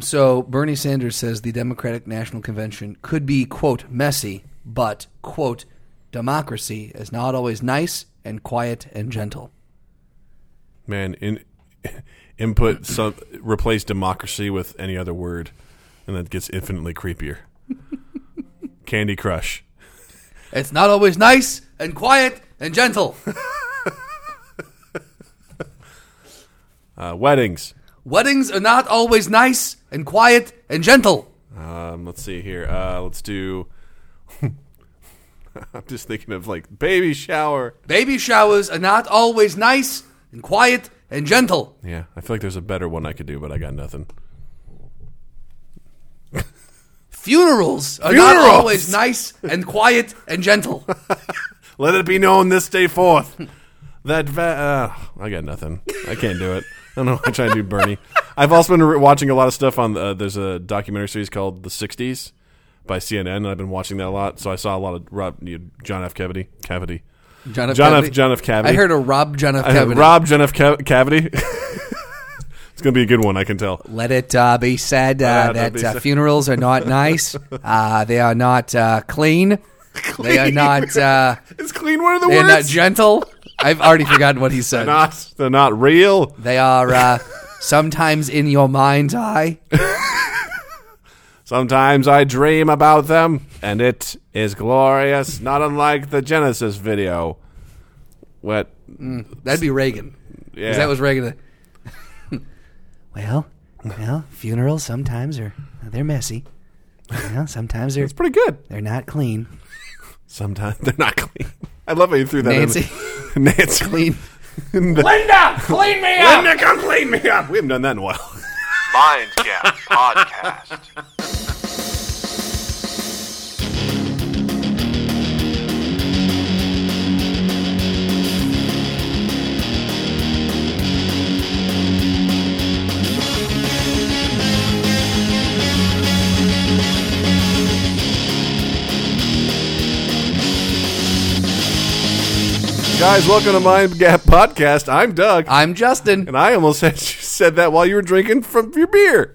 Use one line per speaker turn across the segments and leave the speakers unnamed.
So Bernie Sanders says the Democratic National Convention could be, quote, messy, but, quote, democracy is not always nice and quiet and gentle.
Man, in, input some replace democracy with any other word, and that gets infinitely creepier. Candy Crush.
It's not always nice and quiet and gentle.
Uh, weddings.
Weddings are not always nice and quiet and gentle.
Um, let's see here. Uh, let's do. I'm just thinking of like baby shower.
Baby showers are not always nice and quiet and gentle.
Yeah, I feel like there's a better one I could do, but I got nothing.
Funerals are not
Funerals!
always nice and quiet and gentle.
Let it be known this day forth that va- uh, I got nothing. I can't do it. I don't know. why I try to do Bernie. I've also been re- watching a lot of stuff on. Uh, there's a documentary series called The '60s by CNN. And I've been watching that a lot, so I saw a lot of Rob, you know, John F. Kennedy. Cavity.
John F.
John
Kennedy.
F. John F. Cavity.
I heard a Rob John F.
I heard
Kennedy.
Rob John F. Ca- Cavity. it's gonna be a good one. I can tell.
Let it uh, be said uh,
it
that
be
uh,
said.
funerals are not nice. uh, they are not uh, clean. They are not. Uh,
It's clean. One of the
they are not
words?
gentle. I've already forgotten what he said.
not. They're not real.
They are uh, sometimes in your mind's eye.
Sometimes I dream about them, and it is glorious, not unlike the Genesis video. What?
That'd be Reagan. 'Cause
Yeah.
That was Reagan. well, well, funerals sometimes are they're messy. Well, sometimes they're
pretty good.
they're not clean.
Sometimes they're not clean. I love how you threw that
Nancy.
in. Nancy.
Clean.
Linda, clean me up. Linda, come clean me up. We haven't done that in a while.
Mind Gap Podcast.
Guys, welcome to Mind Gap Podcast. I'm Doug,
I'm Justin.
and I almost had you said that while you were drinking from your beer.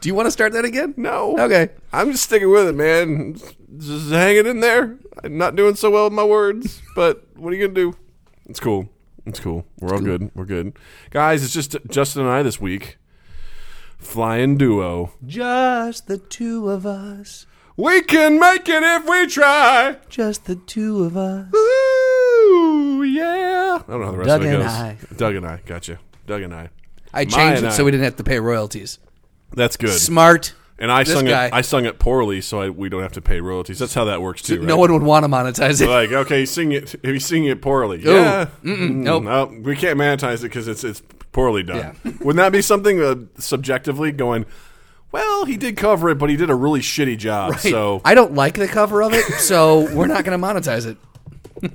Do you want to start that again?
No.
Okay.
I'm just sticking with it, man. Just hanging in there. I'm not doing so well with my words, but what are you gonna do? It's cool. It's cool. We're all good. We're good, guys. It's just Justin and I this week, flying duo.
Just the two of us.
We can make it if we try.
Just the two of us.
Ooh, yeah. I don't know how the rest
Doug
of it
and
goes.
I.
Doug and I. Gotcha. Doug and I.
I
My
changed
and
it
I.
so we didn't have to pay royalties.
That's good.
Smart.
and I
this
sung
guy.
it. I sung it poorly, so I, we don't have to pay royalties. That's how that works too.
No
right?
one would want to monetize it.
like okay, sing it. If you sing it poorly, yeah, Mm,
nope.
no, we can't monetize it because it's it's poorly done.
Yeah.
Wouldn't that be something uh, subjectively going? Well, he did cover it, but he did a really shitty job. So
I don't like the cover of it, so we're not going to monetize it.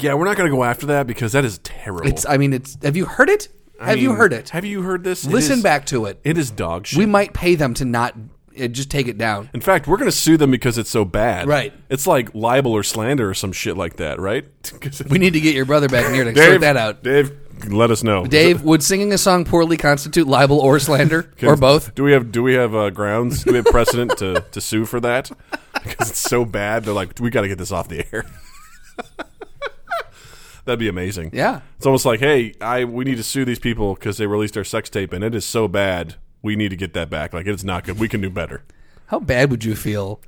yeah, we're not going to go after that because that is terrible.
It's. I mean, it's. Have you heard it?
I
have you
mean,
heard it?
Have you heard this? It
Listen
is-
back to it.
It is dog shit.
We might pay them to not uh, just take it down.
In fact, we're going to sue them because it's so bad.
Right.
It's like libel or slander or some shit like that, right? 'Cause it's-
We need to get your brother back in here to
Dave,
sort that out.
Dave, let us know.
Dave, would singing a song poorly constitute libel or slander or both?
Do we have do we have uh, grounds? Do we have precedent to, to sue for that? Because it's so bad, they're like, we got to get this off the air. That'd be amazing.
Yeah.
it's almost like, hey, I we need to sue these people because they released our sex tape and it is so bad. We need to get that back. Like it's not good. We can do better.
How bad would you feel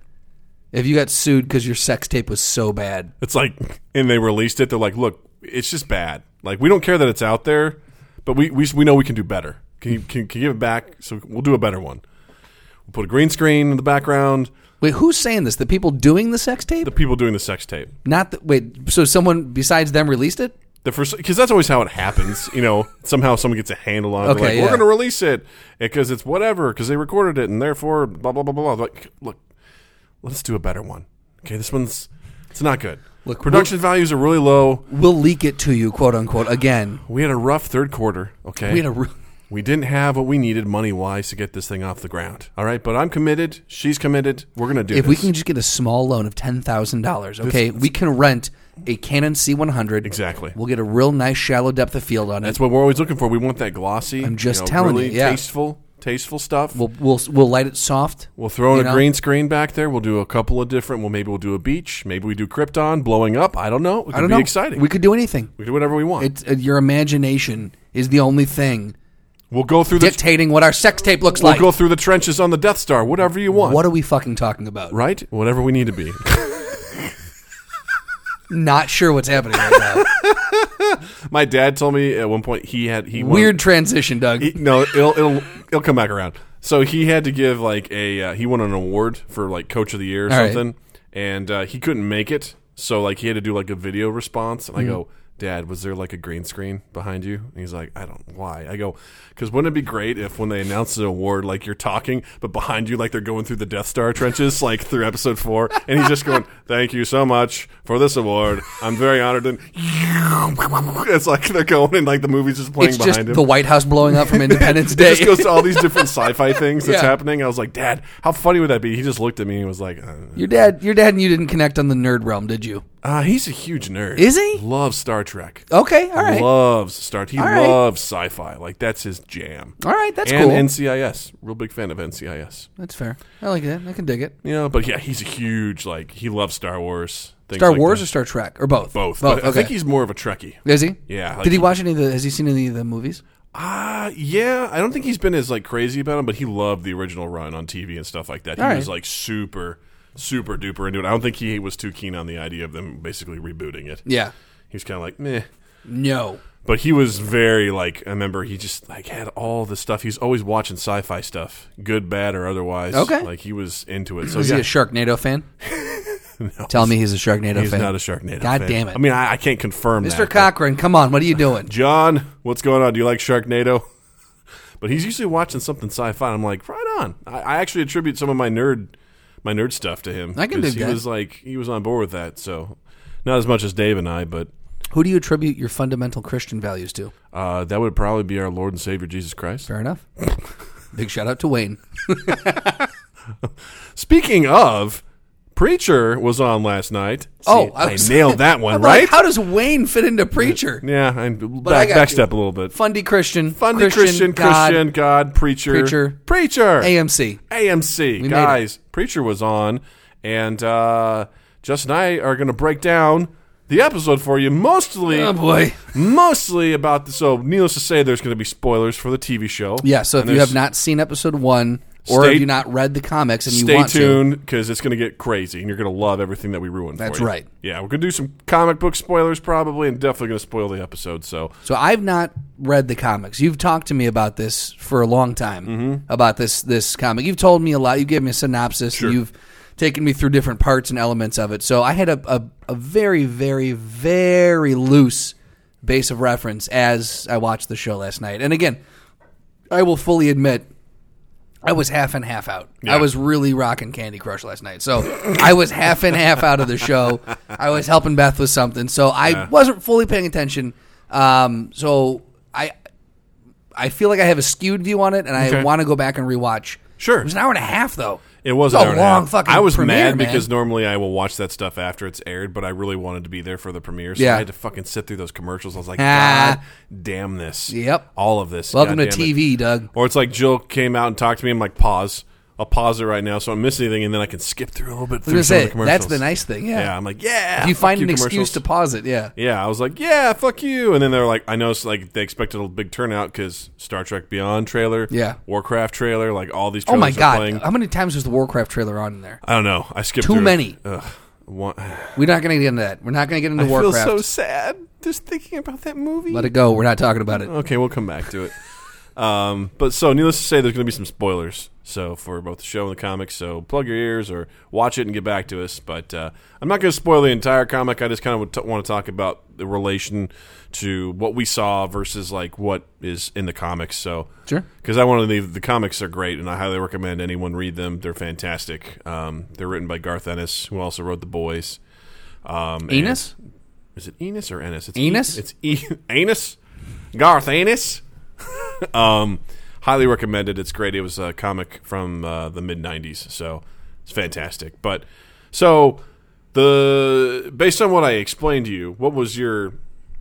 if you got sued because your sex tape was so bad?
It's like, and they released it. They're like, look, it's just bad. Like we don't care that it's out there, but we we, we know we can do better. Can you can, can you give it back? So we'll do a better one. We'll put a green screen in the background.
Wait, who's saying this? The people doing the sex tape?
The people doing the sex tape.
Not the, wait. So someone besides them released it?
The first, because that's always how it happens. You know, somehow someone gets a handle on. it. They're
Okay,
like,
yeah.
We're going to release it because it's whatever because they recorded it and therefore blah blah blah blah. blah. Like, look, let's do a better one. Okay, this one's it's not good.
Look,
production values are really low.
We'll leak it to you, quote unquote. Again,
We had a rough third quarter. Okay,
we had a. re-
we didn't have what we needed money wise to get this thing off the ground. All right, but I'm committed. She's committed. We're going to do
If
this.
we can just get a small loan of ten thousand dollars, okay, we can rent a Canon C one hundred.
Exactly.
We'll get a real nice shallow depth of field on it.
That's what we're always looking for. We want that glossy. I'm
just telling you,
really
yeah.
tasteful. tasteful stuff. We'll,
We'll we'll we'll light it soft.
throw
you
in a
know?
green screen back there. We'll do a couple of different. Well, maybe we'll do a beach. Maybe we do Krypton blowing up. I don't know. It could
I don't
be
know.
exciting.
We
We,
could do anything.
can do whatever we want.
It's uh, your imagination is the only thing
we'll go through the
dictating what our sex tape looks
we'll
like.
go through the trenches on the Death Star. Whatever you want.
what are we fucking talking about?
right? Whatever we need to be.
Not sure what's happening right now.
My dad told me at one point he had he wanted-
Weird transition, Doug.
He- no, it'll it'll it'll come back around. So he had to give like a uh, he won an award for like coach of the year or
All right.
something, and uh, he couldn't make it. So like he had to do like a video response, and I go,
Mm-hmm.
Dad, was there like a green screen behind you? And he's like, I don't why. I go, because wouldn't it be great if when they announce the award, like you're talking, but behind you like they're going through the Death Star trenches, like through episode four, and he's just going, Thank you so much for this award. I'm very honored. And it's like they're going and like the movie's just playing
it's
behind
just
him.
the White House blowing up from Independence
It
Day.
just goes to all these different sci-fi things that's
Yeah.
happening. I was like, Dad, how funny would that be? He just looked at me and was like, uh,
your dad, your dad, and you didn't connect on the nerd realm, did you?
uh, "He's a huge nerd.
Is he?
Loves Star Trek.
Okay, all right,
Loves Star. He
All right.
loves sci-fi. Like that's his jam.
all right. That's
and
cool.
NCIS. Real big fan of NCIS.
that's fair. I like that. I can dig it.
You know, but yeah, he's a huge like he loves Star Wars. Things
Star
like
Wars
that.
or Star Trek or both?
both.
Both.
But
okay.
I think he's more of a Trekkie.
Is he?
Yeah, like
Did he
he-
watch any of the? Has he seen any of the movies?
Ah, yeah. I don't think he's been as like crazy about him, but he loved the original run on TV and stuff like that. He
All right.
was like super, super duper into it. I don't think he was too keen on the idea of them basically rebooting it.
Yeah.
He was kind of like meh.
No.
But he was very like I remember he just like had all the stuff. He's always watching sci-fi stuff, good, bad, or otherwise.
Okay.
like he was into it. So
Is
yeah,
he a Sharknado fan? Tell me he's a Sharknado
he's
fan.
not a Sharknado.
God
fan.
damn it.
I mean, I, I can't confirm. that,
Mr.
but-
Cochran, come on, what are you doing?
John, what's going on? Do you like Sharknado? But he's usually watching something sci-fi. And I'm like, right on. I, I actually attribute some of my nerd, my nerd stuff to him.
I can
'Cause
dig
He
that.
was like, he was on board with that. So, not as much as Dave and I, but
Who do you attribute your fundamental Christian values to?
uh, that would probably be our Lord and Savior Jesus Christ.
Fair enough. Big shout out to Wayne.
Speaking of, Preacher was on last night.
Oh,
See,
I
I,
was-
nailed that one,
I'm
right?
Like, how does Wayne fit into preacher?
yeah, I'm
I
back,
got
backstep a little bit.
Fundy Christian,
Funny Christian, Christian,
God,
God, preacher,
Preacher.
preacher.
AMC.
AMC.
made
Guys, Preacher was on, and uh, Jess and I are going to break down the episode for you, mostly.
Oh boy.
Mostly about the. So, needless to say, there's going to be spoilers for the TV show.
Yeah. So if
And
you
there's-
have not seen episode one, or
Stay-
have you not read the comics and you
Stay
want to,
tuned because it's going to get crazy, and you're going to love everything that we ruined.
That's
for you.
right.
Yeah, we're going to do some comic book spoilers probably, and definitely going to spoil the episode. So
So I've not read the comics. You've talked to me about this for a long time
Mm-hmm.
about this this comic. You've told me a lot. You gave me a synopsis. And you've taken me through different parts and elements of it. So I had a, a, a very very very loose base of reference as I watched the show last night. And again, I will fully admit. I was half and half out. I was really rocking Candy Crush last night. So I was half and half out of the show. I was helping Beth with something. So I wasn't fully paying attention. Um, so I I feel like I have a skewed view on it and I
Okay.
want to go back and rewatch.
Sure.
It was an hour and a half though.
It was
It's
an
a
hour and
long
half.
fucking
I was
premiere,
mad
man.
because normally I will watch that stuff after it's aired, but I really wanted to be there for the premiere, so
Yeah.
I had to fucking sit through those commercials. I was like,
Ah.
God damn this!
Yep.
all of this.
Welcome
God
to
damn it."
TV, Doug.
Or it's like Jill came out and talked to me. I'm like, pause. I'll pause it right now, so I don't miss anything, and then I can skip through a little bit
I
through
was
some of
gonna
the
say that's
commercials.
the nice thing. Yeah.
Yeah. I'm like, yeah.
If you
fuck
find an excuse
commercials."
to pause it, yeah.
Yeah, I was like, yeah, fuck you. And then they're like, I know, it's like they expected a big turnout because Star Trek Beyond trailer,
Yeah.
Warcraft trailer, like all these.
Oh
Trailers
my
are
god.
playing.
How many times was the Warcraft trailer on in there?
I don't know. I skipped
Too
through it.
many.
Ugh. One,
We're not going to get into that. We're not going to get into Warcraft.
sad just thinking about that movie.
Let it go. We're not talking about it.
okay, we'll come back to it. um, but so, needless to say, there's going to be some spoilers. So for both the show and the comics, so plug your ears or watch it and get back to us. But uh, I'm not going to spoil the entire comic. I just kind of t- want to talk about the relation to what we saw versus like what is in the comics. So
Sure.
because I want to leave. The comics are great, and I highly recommend anyone read them. They're fantastic. Um, they're written by Garth Ennis, who also wrote The Boys. Um, and-
Enos?
is it Enos or Ennis? It's
Enos?
E- it's e- Anus. Garth Anus. um, highly recommended. It's great. It was a comic from uh, the mid '90s, so it's fantastic. But so the based on what I explained to you, what was your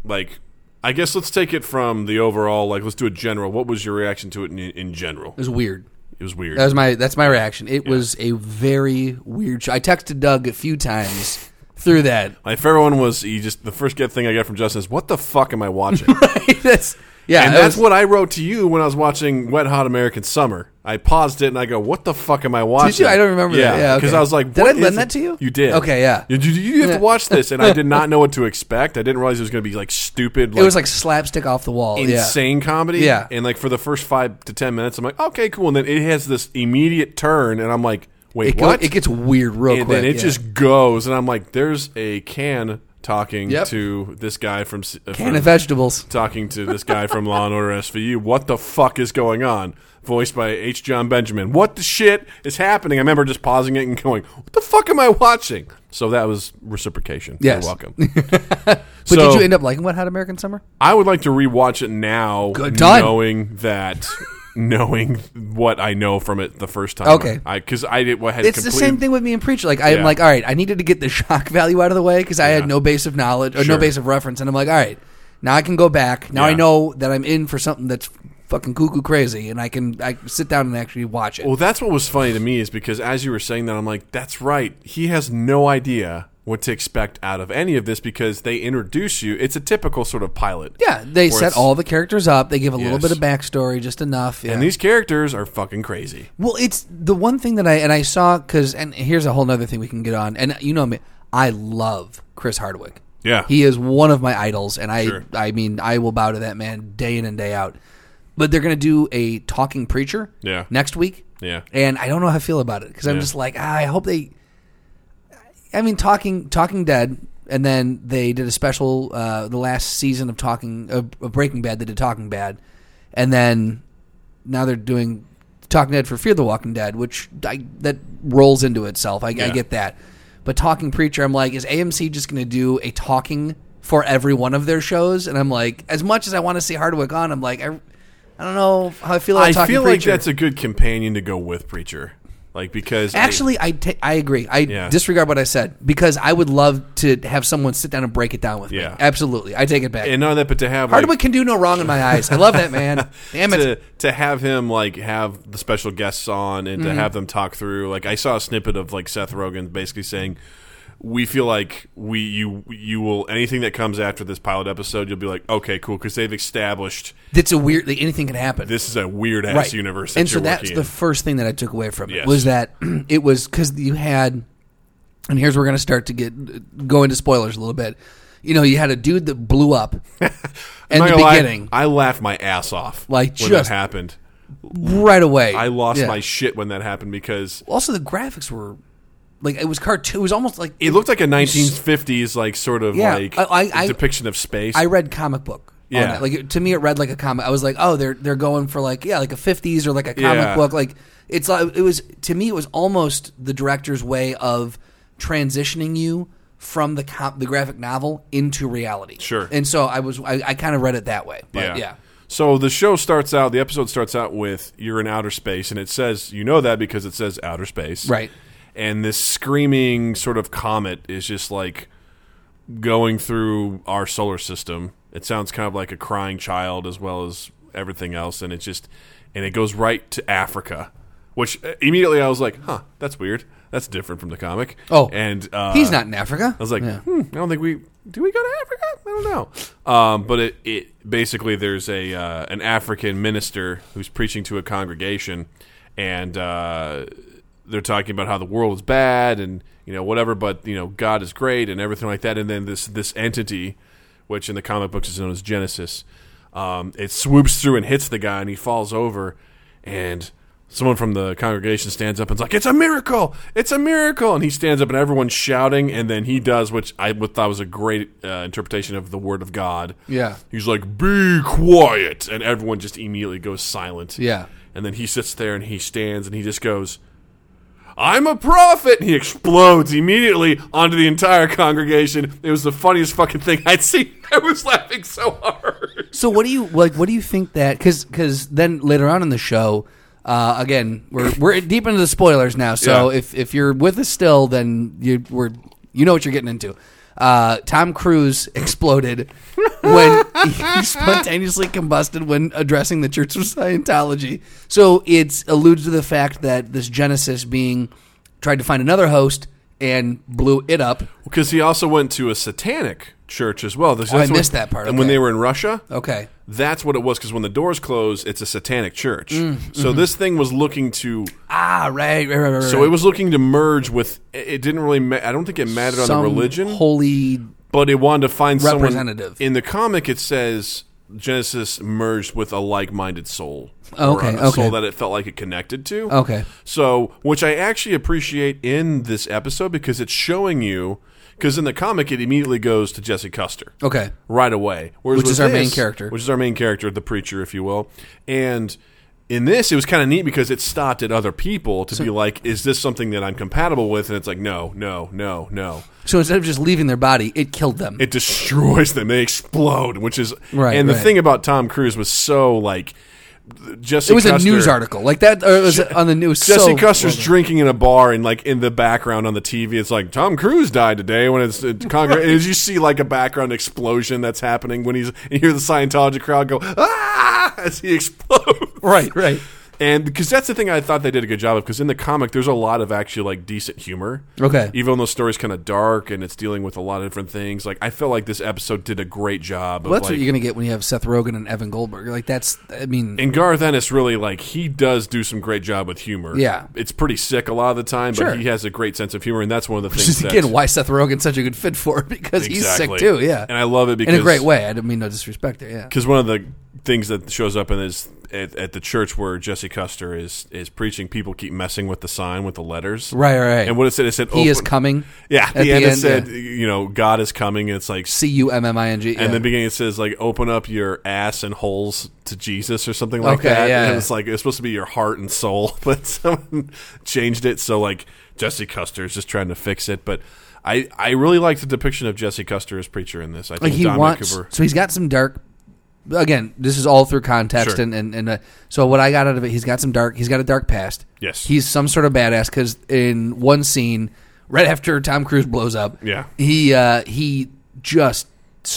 like I guess let's take it from the overall. Like, let's do a general. What was your reaction to it in, in general?
was weird.
It was weird.
That was my that's my reaction. It was a very weird show. I texted Doug a few times through that.
My favorite one was you just the first get thing I got from Justin is what the fuck am I watching?
that's yeah,
and
that
that's
was-
what I wrote to you when I was watching Wet Hot American Summer. I paused it and I go, "What the fuck am I watching?"
you? I don't remember that. Yeah,
because
okay.
I was like,
Did
"What
I
is
lend
it?"
that to you?
You did.
Okay, yeah.
You, you, you have to watch this, and I did not know what to expect. I didn't realize it was going to be like stupid. Like,
it was like slapstick off the wall. yeah.
insane comedy.
Yeah.
and like for the first five to ten minutes, I'm like, "Okay, cool." And then it has this immediate turn, and I'm like, "Wait,
It, go-
what?"
it gets weird real
and
quick.
then it
yeah.
just goes, and I'm like, "There's a can." Talking
Yep.
to this guy from S- uh,
can
from-
of vegetables.
talking to this guy from Law and Order SVU. What the fuck is going on? Voiced by H. John Benjamin. What the shit is happening? I remember just pausing it and going, "What the fuck am I watching?" So that was reciprocation.
Yes.
You're welcome.
But
so
did you end up liking What Hot American Summer?
I would like to rewatch it now,
Good time.
knowing that. Knowing what I know from it the first time,
Okay.
because I, did what had
It's the
complete-
same thing with me and Preacher. Like I'm
Yeah.
like, all right, I needed to get the shock value out of the way because I had no base of knowledge or
Sure.
no base of reference, and I'm like, all right, now I can go back. Now I
Yeah.
know that I'm in for something that's fucking cuckoo crazy, and I can I can sit down and actually watch it.
Well, that's what was funny to me is because as you were saying that, I'm like, that's right. He has no idea what to expect out of any of this because they introduce you. It's a typical sort of pilot.
yeah, they
Where
set
it's-
all the characters up. They give a little
Yes.
bit of backstory, just enough. Yeah.
And these characters are fucking crazy.
Well, it's the one thing that I and I saw because and here's a whole other thing we can get on. And you know me, I love Chris Hardwick.
Yeah.
he is one of my idols, and I
Sure.
I mean I will bow to that man day in and day out. But they're gonna do a talking preacher.
Yeah.
next week.
Yeah.
and I don't know how I feel about it because I'm
Yeah.
just like ah, I hope they. I mean, talking Talking Dead, and then they did a special uh, the last season of Talking of of Breaking Bad. They did Talking Bad, and then now they're doing Talking Dead for Fear the Walking Dead, which I, that rolls into itself. I, I get that, but Talking Preacher, I'm like, is AMC just going to do a talking for every one of their shows? And I'm like, as much as I want to see Hardwick on, I'm like, I, I don't know how I feel about
I
Talking
feel like
Preacher.
that's a good companion to go with Preacher. Like, because.
Actually, I ta- I agree. I
Yeah.
disregard what I said because I would love to have someone sit down and break it down with
Yeah.
me. Absolutely, I take it back.
and not that, but to have.
Hardwick
like,
can do no wrong in my eyes. I love that man. Damn it.
to, to have him like have the special guests on and
Mm-hmm.
to have them talk through like I saw a snippet of like Seth Rogen basically saying we feel like we you you will anything that comes after this pilot episode you'll be like okay cool because they've established
That's a weird. like, anything can happen.
this is a weird ass
right.
universe that
and so
you're
that's
working
the
in.
first thing that I took away from it
Yes.
was that it was because you had, and here's where we're gonna start to get go into spoilers a little bit. You know, you had a dude that blew up in
I'm not
the
gonna lie,
beginning
I laughed my ass off
Like,
when
just-
that happened
right away.
I lost
Yeah.
my shit when that happened because
also, the graphics were like it was cartoon. It was almost like
it looked like a 1950s like sort of
Yeah,
like
I- I- I-
depiction of space
I read comic book. Yeah. On
Yeah.
that. Like it- to me, it read like a comic. I was like, oh, they're they're going for like yeah, like a fifties or like a comic
Yeah.
book. Like it's like it was to me, it was almost the director's way of transitioning you from the com- the graphic novel into reality.
Sure.
And so I was I, I kind of read it that way. But yeah.
So the show starts out, the episode starts out with you're in outer space, and it says, you know that because it says outer space.
Right.
And this screaming sort of comet is just like going through our solar system. It sounds kind of like a crying child as well as everything else. And it just, and it goes right to Africa, which uh, immediately I was like, huh, that's weird. That's different from the comic.
Oh.
And uh,
He's not in Africa.
I was like, hmm, I don't think we do. We go to Africa? I don't know. Um, but it, it basically there's a uh, an African minister who's preaching to a congregation, and uh, they're talking about how the world is bad and you know whatever, but you know God is great and everything like that. And then this this entity, which in the comic books is known as Genesis, um, it swoops through and hits the guy, and he falls over, and someone from the congregation stands up and's like, "It's a miracle! It's a miracle!" And he stands up, and everyone's shouting, and then he does, which I would- thought was a great uh, interpretation of the word of God.
Yeah.
he's like, "Be quiet!" and everyone just immediately goes silent.
Yeah.
and then he sits there and he stands and he just goes. I'm a prophet! And he explodes immediately onto the entire congregation. It was the funniest fucking thing I'd seen. I was laughing so hard.
So what do you like? What do you think that? Because then later on in the show, uh, again we're we're deep into the spoilers now. So
Yeah.
if if you're with us still, then you we're you know what you're getting into. Uh, Tom Cruise exploded when he spontaneously combusted when addressing the Church of Scientology. So it alludes to the fact that this Genesis being tried to find another host and blew it up.
Because he also went to a satanic church as well. That's-
Oh, I
that's when-
missed that part,
And when
okay.
they were in Russia,
Okay.
that's what it was. Because when the doors close, it's a satanic church. So this thing was looking to.
Ah, right, right, right, right.
So
right.
it was looking to merge with. It it didn't really. Ma- I don't think it mattered on
Some
the religion,
Holy.
but it wanted to find someone-
Representative.
in the comic, it says Genesis merged with a like-minded soul.
Oh,
or
okay,
a
okay.
Soul that it felt like it connected to.
Okay.
So, which I actually appreciate in this episode because it's showing you. Because in the comic, it immediately goes to Jesse Custer
Okay.
right away. Whereas
Which is
with
our main character.
Which is our main character, the preacher, if you will. And in this, it was kind of neat because it stopped at other people to be like, is this something that I'm compatible with? And it's like, no, no, no, no.
So instead of just leaving their body, it killed them.
It destroys them. They explode, which is.
Right,
and the
right.
thing about Tom Cruise was so like. Jesse
It was a
Custer-
news article like that. Or it was on the news.
Jesse
so
Custer's drinking in a bar, and like in the background on the TV, it's like Tom Cruise died today. When it's at Congress, and as you see like a background explosion that's happening when he's you hear the Scientology crowd go ah as he explodes.
Right, right.
And because that's the thing I thought they did a good job of. Because in the comic, there's a lot of actually like decent humor.
Okay.
Even though the story's kind of dark and it's dealing with a lot of different things, like I felt like this episode did a great job.
Well,
of,
that's
like,
what you're gonna get when you have Seth Rogen and Evan Goldberg. Like that's, I mean,
And Garth Ennis really like he does do some great job with humor.
Yeah.
it's pretty sick a lot of the time,
Sure.
but he has a great sense of humor, and that's one of the
which
things.
is
that-
again why Seth Rogen's such a good fit for it because he's sick
Exactly.
too. Yeah,
and I love it because
in a great way. I didn't mean no disrespect there. Yeah,
Because one of the things that shows up in is at, at the church where Jesse Custer is is preaching, people keep messing with the sign with the letters.
right, right. right.
And what it said, it said
he is
open-
coming.
Yeah,
at
the, end, it said,
yeah.
you know, God is coming. And it's like,
C U M M I N G.
and
yeah.
the beginning it says like, open up your ass and holes to Jesus or something like
Okay,
that.
yeah,
and
yeah.
it's like it's supposed to be your heart and soul, but someone changed it. So like Jesse Custer is just trying to fix it. But I I really like the depiction of Jesse Custer as preacher in this. I
like
think
he
Dominic
wants.
Cooper.
So he's got some dark. Again, this is all through context,
Sure.
and and, and uh, so what I got out of it, he's got some dark. He's got a dark past.
Yes.
he's some sort of badass because in one scene, right after Tom Cruise blows up,
Yeah.
he uh, he just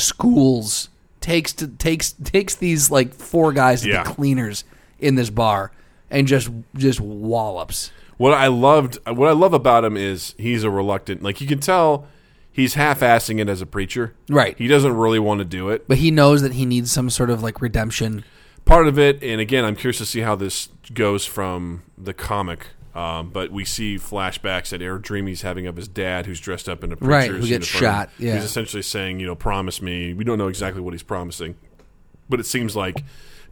schools takes to takes takes these like four guys to
Yeah.
the cleaners in this bar and just just wallops.
What I loved, what I love about him is he's a reluctant. Like you can tell, he's half-assing it as a preacher.
Right.
He doesn't really want to do it.
But he knows that he needs some sort of like redemption.
Part of it, and again, I'm curious to see how this goes from the comic. Um, but we see flashbacks that Air Dreamy's having of his dad, who's dressed up in a preacher's
Right, who gets
uniform.
shot, yeah.
He's essentially saying, you know, promise me. We don't know exactly what he's promising, but it seems like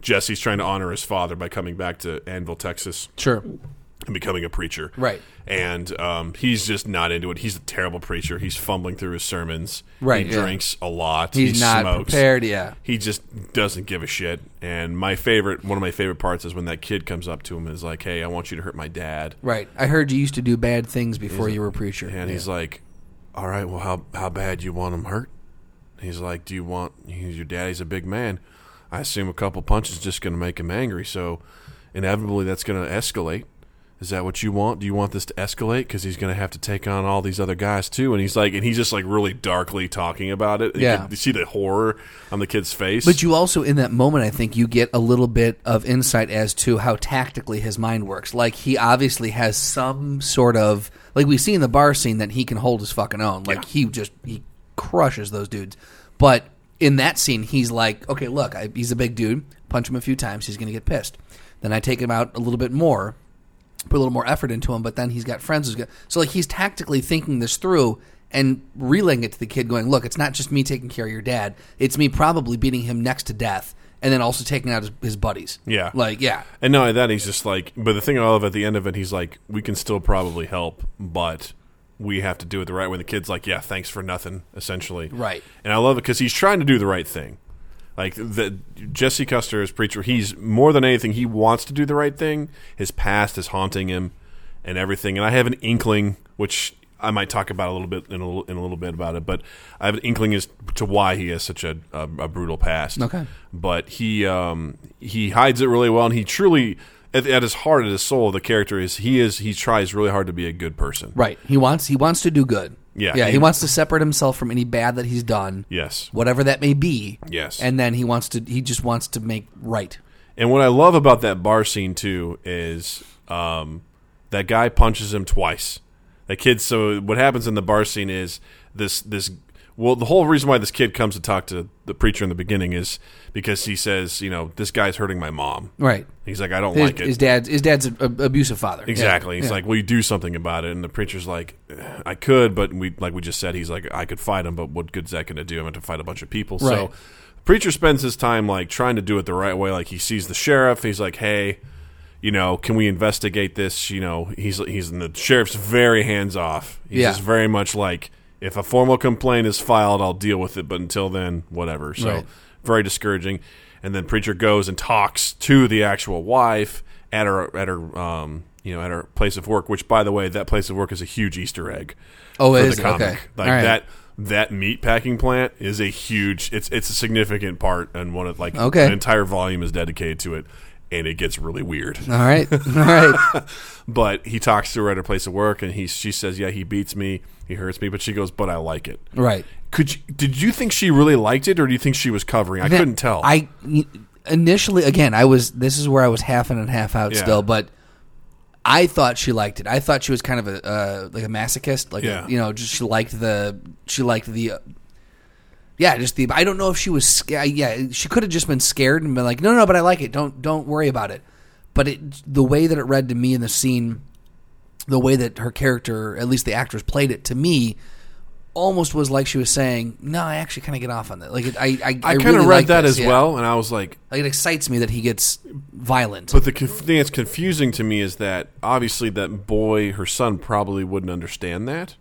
Jesse's trying to honor his father by coming back to Anvil, Texas.
Sure.
and becoming a preacher.
Right.
And um, he's just not into it. He's a terrible preacher. He's fumbling through his sermons.
Right,
He
yeah.
drinks a lot.
He's
he
not
smokes.
prepared. Yeah.
He just doesn't give a shit. And my favorite, one of my favorite parts is when that kid comes up to him and is like, hey, I want you to hurt my dad.
Right. I heard you used to do bad things before you were a preacher.
And he's like, all right, well, how, how bad you want him hurt? He's like, do you want, he's your daddy's a big man. I assume a couple punches just going to make him angry. So inevitably that's going to escalate. Is that what you want? Do you want this to escalate? Because he's going to have to take on all these other guys too. And he's like, and he's just like really darkly talking about it. You
Yeah.
could- You, see the horror on the kid's face.
But you also, in that moment, I think you get a little bit of insight as to how tactically his mind works. Like he obviously has some sort of like we see in the bar scene that he can hold his fucking own. Like he
Yeah.
just he crushes those dudes. But in that scene, he's like, okay, look, I, he's a big dude. Punch him a few times, he's gonna get pissed. Then I take him out a little bit more, put a little more effort into him. But then he's got friends who's got so like he's tactically thinking this through and relaying it to the kid, going, "Look, it's not just me taking care of your dad. It's me probably beating him next to death, and then also taking out his, his buddies."
Yeah.
like yeah,
and not only that, he's just like, but the thing I love at the end of it, he's like, we can still probably help, but we have to do it the right way. The kid's like, yeah, thanks for nothing, essentially.
Right.
And I love it because he's trying to do the right thing. Like the Jesse Custer is preacher. He's more than anything, he wants to do the right thing. His past is haunting him, and everything. And I have an inkling, which I might talk about a little bit in a little, in a little bit about it, but I have an inkling as to why he has such a, a, a brutal past.
Okay.
but he um, he hides it really well, and he truly at, at his heart, at his soul, the character is he is he tries really hard to be a good person.
Right. He wants he wants to do good.
Yeah,
Yeah. He,
he-
wants to separate himself from any bad that he's done.
Yes.
Whatever that may be.
Yes.
And then he wants to he just wants to make right.
And what I love about that bar scene too is um, that guy punches him twice. That kid. So what happens in the bar scene is this this. Well, the whole reason why this kid comes to talk to the preacher in the beginning is because he says, you know, this guy's hurting my mom.
Right.
He's like, I don't
His,
like it.
his dad's his dad's a, a, abusive father.
Exactly.
Yeah.
He's
Yeah.
like, "Will you do something about it?" And the preacher's like, "I could, but we like we just said, he's like, I could fight him, but what good's that going to do? I'm going to fight a bunch of people."
Right.
So, the preacher spends his time like trying to do it the right way. Like he sees the sheriff, he's like, "Hey, you know, can we investigate this?" You know, he's he's and the sheriff's very hands off. He's
Yeah.
just very much like, if a formal complaint is filed, I'll deal with it, but until then, whatever. So
Right.
very discouraging. And then preacher goes and talks to the actual wife at her at her um, you know at her place of work. Which, by the way, that place of work is a huge Easter egg.
Oh, it
for
is? Okay.
Like
All right.
that that meat packing plant is a huge. It's it's a significant part, and one of like
Okay.
an entire volume is dedicated to it. And it gets really weird.
All right. All right.
But he talks to her at her place of work, and he she says, "Yeah, he beats me, he hurts me," but she goes, "But I like it."
right.
Could you, did you think she really liked it, or do you think she was covering? I couldn't tell.
I initially again I was this is where I was half in and half out
Yeah.
still, but I thought she liked it. I thought she was kind of a uh, like a masochist, like
Yeah.
you know, just she liked the she liked the. Uh, yeah, just the. I don't know if she was. sca- Yeah, she could have just been scared and been like, "No, no, no, but I like it. Don't, don't worry about it." But it, the way that it read to me in the scene, the way that her character, at least the actress, played it to me, almost was like she was saying, "No, I actually kind of get off on that." Like, it, I, I,
I, kind
really
of read
like
that
this,
as
yeah.
well, and I was like,
Like it excites me that he gets violent.
but the conf- thing that's confusing to me is that obviously that boy, her son, probably wouldn't understand that.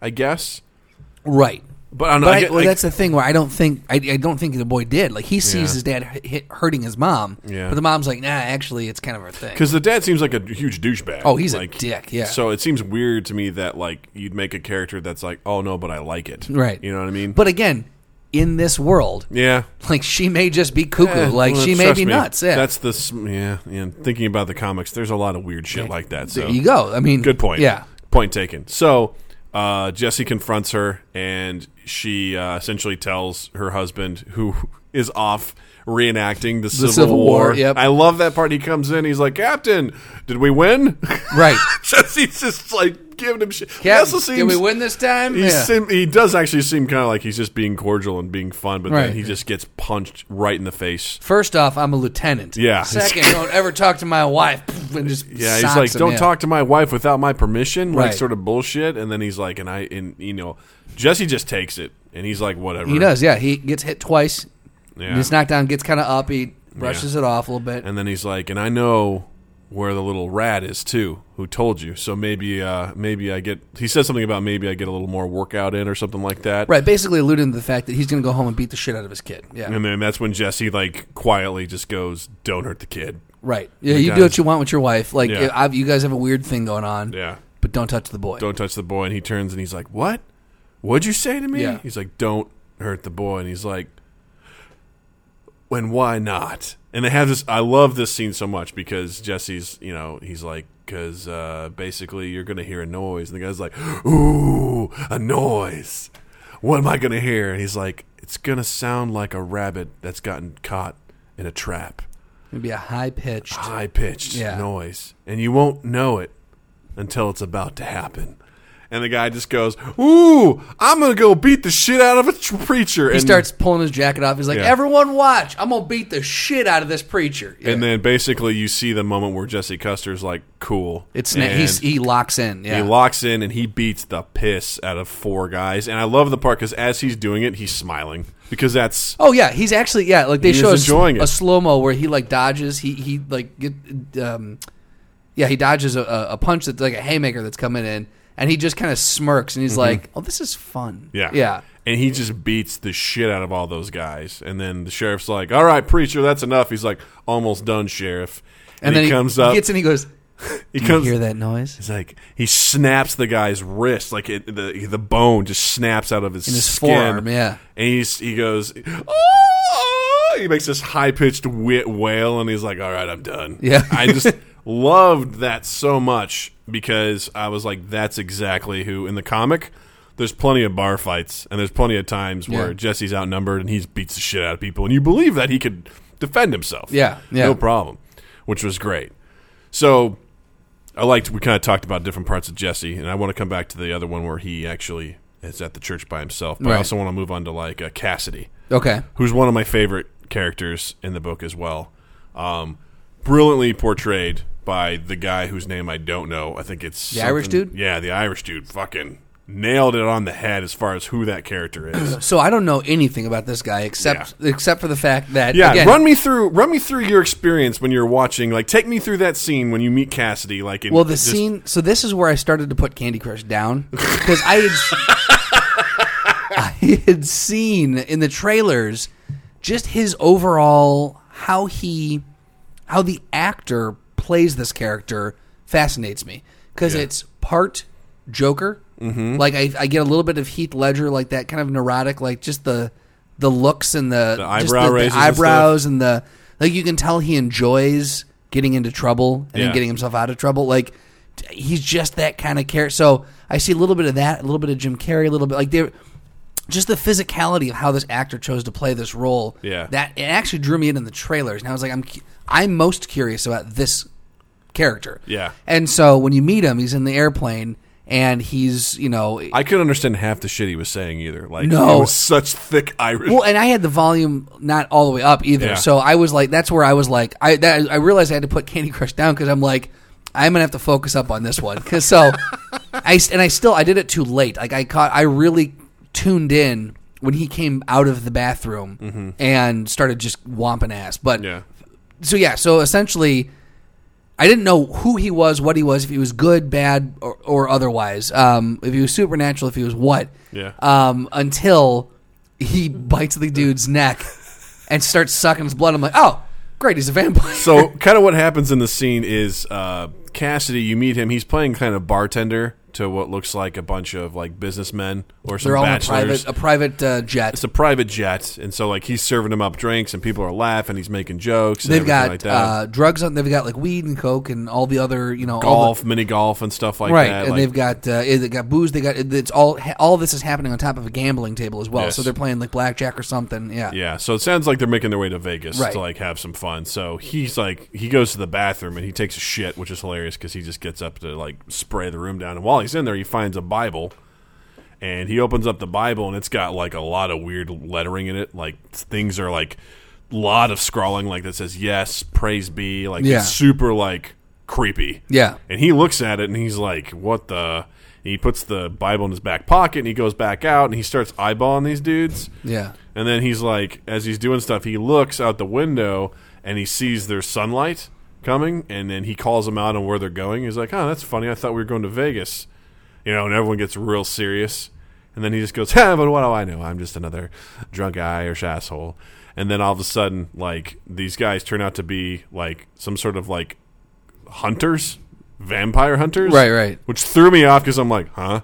I guess,
right.
but I don't know.
But
I
I,
get,
well,
like-
that's the thing where I don't think I, I don't think the boy did. Like he sees
Yeah.
his dad h- hit, hurting his mom,
Yeah.
but the mom's like, "Nah, actually, it's kind of a thing."
Because the dad seems like a huge douchebag.
Oh, he's a
Like,
dick, yeah.
So it seems weird to me that like you'd make a character that's like, oh no, but I like it.
Right.
You know what I mean?
But again, in this world,
yeah.
like she may just be cuckoo.
Eh,
like
well,
she may
trust
be
me,
nuts. Yeah.
That's the s- yeah. And thinking about the comics, there's a lot of weird shit like that. So
there you go. I mean,
Good point.
e-, Yeah.
Point taken. So uh, Jesse confronts her, and she uh, essentially tells her husband, who is off reenacting the, Civil,
Civil
War.
War, yep.
I love that part. He comes in. He's like, Captain, did we win?
Right.
Jesse's just like giving him shit. He
Yeah.
also
Did
seems-
we win this time?
He,
Yeah.
seem- he does actually seem kind of like he's just being cordial and being fun, but
Right.
then he just gets punched right in the face.
First off, I'm a lieutenant.
Yeah.
Second, don't ever talk to my wife. And just
Yeah, he's
socks
like,
him,
"Don't
yeah.
talk to my wife without my permission," like
Right.
sort of bullshit. And then he's like, "And I, and you know, Jesse just takes it, and he's like, whatever."
He does. Yeah. He gets hit twice.
Yeah.
Gets knocked down. Gets kind of up. He brushes it off a little bit.
And then he's like, "And I know where the little rat is too, who told you. So maybe, uh, maybe I get." He says something about maybe I get a little more workout in or something like that.
Right, basically alluding to the fact that he's going to go home and beat the shit out of his kid. Yeah,
And then that's when Jesse like quietly just goes, "Don't hurt the kid."
right. Yeah, you
guys-
do what you want with your wife. Like,
Yeah.
I, you guys have a weird thing going on,
Yeah.
but don't touch the boy.
don't touch the boy. And he turns and he's like, what? What'd you say to me?
Yeah.
He's like, don't hurt the boy. And he's like, when why not? And they have this. I love this scene so much because Jesse's, you know, he's like, because uh, basically you're gonna hear a noise, and the guy's like, ooh, a noise. What am I gonna hear? And he's like, it's gonna sound like a rabbit that's gotten caught in a trap
Maybe a high pitched.
high pitched
Yeah.
noise, and you won't know it until it's about to happen. And the guy just goes, "Ooh, I'm gonna go beat the shit out of a tr- preacher."
He
and,
starts pulling his jacket off. He's like,
Yeah.
"Everyone, watch! I'm gonna beat the shit out of this preacher." Yeah.
and then basically you see the moment where Jesse Custer's like, "Cool."
it's
and
na- he's, he locks in. Yeah,
he locks in and he beats the piss out of four guys. And I love the part because as he's doing it, he's smiling because that's
oh yeah, he's actually yeah. Like they
He
show
is enjoying it.
a, slow mo where he like dodges. He he like get um, yeah he dodges a- a, a punch that's like a haymaker that's coming in, and he just kind of smirks and he's like, "Oh, this is fun."
Mm-hmm. Yeah.
yeah.
And he just beats the shit out of all those guys. And then the sheriff's like, All right, preacher, that's enough. He's like, Almost done, sheriff. And,
And, then
he, comes up.
He gets in. He goes.
he
You
comes.
hear that noise?
He's like, he snaps the guy's wrist, like it, the the bone just snaps out of his,
his
skin.
forearm, yeah.
And he's, he goes, oh! He makes this high pitched whi wail, and he's like, "All right, I'm done."
Yeah.
I just Loved that so much because I was like, that's exactly who in the comic. There's plenty of bar fights, and there's plenty of times where
Yeah.
Jesse's outnumbered and he beats the shit out of people, and you believe that he could defend himself.
Yeah, yeah.
no problem, which was great. So I liked. We kind of talked about different parts of Jesse, and I want to come back to the other one where he actually is at the church by himself. But I
Right.
also want to move on to like uh, Cassidy,
Okay.
who's one of my favorite characters in the book as well. Um, brilliantly portrayed by the guy whose name I don't know. I think it's
The Irish
something-
dude?
Yeah, the Irish dude. Fucking nailed it on the head as far as who that character is.
So I don't know anything about this guy except except for the fact that
Yeah,
again,
run me through run me through your experience when you're watching. Like, take me through that scene when you meet Cassidy. Like, in
Well, the
just-
scene. So this is where I started to put Candy Crush down because I had I had seen in the trailers just his overall how he how the actor plays this character fascinates me because it's part Joker. Mm-hmm. Like I, I get a little bit of Heath Ledger, like that kind of neurotic, like just the the looks and the,
The
just
eyebrow raises and stuff.
eyebrows and the like. You can tell he enjoys getting into trouble and
Yeah.
then getting himself out of trouble. Like t- he's just that kind of character. So I see a little bit of that, a little bit of Jim Carrey, a little bit like they just the physicality of how this actor chose to play this role.
Yeah.
that it actually drew me in in the trailers, and I was like, I'm cu- I'm most curious about this character.
Yeah.
and so when you meet him, he's in the airplane. And he's, you know,
I couldn't understand half the shit he was saying either. Like,
No.
it was such thick Irish.
Well, and I had the volume not all the way up either,
Yeah.
so I was like, that's where I was like, I that, I realized I had to put Candy Crush down because I'm like, I'm gonna have to focus up on this one. 'Cause so, I s- and I still I did it too late. Like I caught, I really tuned in when he came out of the bathroom and started just whomping ass. But
Mm-hmm. yeah,
so yeah, so essentially, I didn't know who he was, what he was, if he was good, bad, or, or otherwise. Um, if he was supernatural, if he was what.
Yeah.
Um, until he bites the dude's neck and starts sucking his blood. I'm like, oh, great, he's a vampire.
so kind of what happens in the scene is uh, Cassidy. You meet him. He's playing kind of bartender to what looks like a bunch of like businessmen or some
They're all in a
bachelors.
private a private uh, jet.
it's a private jet, and so like he's serving them up drinks, and people are laughing. He's making jokes. And
They've
everything
got
like that.
uh, drugs on. They've got like weed and coke and all the other you know all the-
golf, mini golf, and stuff like
right,
that.
and
like-
they've got uh, eh, they got booze. They got it's all all this is happening on top of a gambling table as well.
Yes.
So they're playing like blackjack or something. Yeah.
Yeah, so it sounds like they're making their way to Vegas
Right.
to like have some fun. So he's like, he goes to the bathroom and he takes a shit, which is hilarious because he just gets up to like spray the room down. And while he's in there, he finds a Bible, and he opens up the Bible and it's got like a lot of weird lettering in it. Like things are like lot of scrawling like that says yes, praise be, like
Yeah.
it's super like creepy.
Yeah.
And he looks at it and he's like, "What the?" And he puts the Bible in his back pocket and he goes back out and he starts eyeballing these dudes.
Yeah.
And then he's like, as he's doing stuff, he looks out the window and he sees there's sunlight coming. And then he calls them out on where they're going. He's like, oh, that's funny. I thought we were going to Vegas. You know, and everyone gets real serious. And then he just goes, "Ha, but what do I know? I'm just another drunk guy or asshole. And then all of a sudden, like, these guys turn out to be, like, some sort of, like, hunters, vampire hunters.
Right, right.
Which threw me off because I'm like, huh?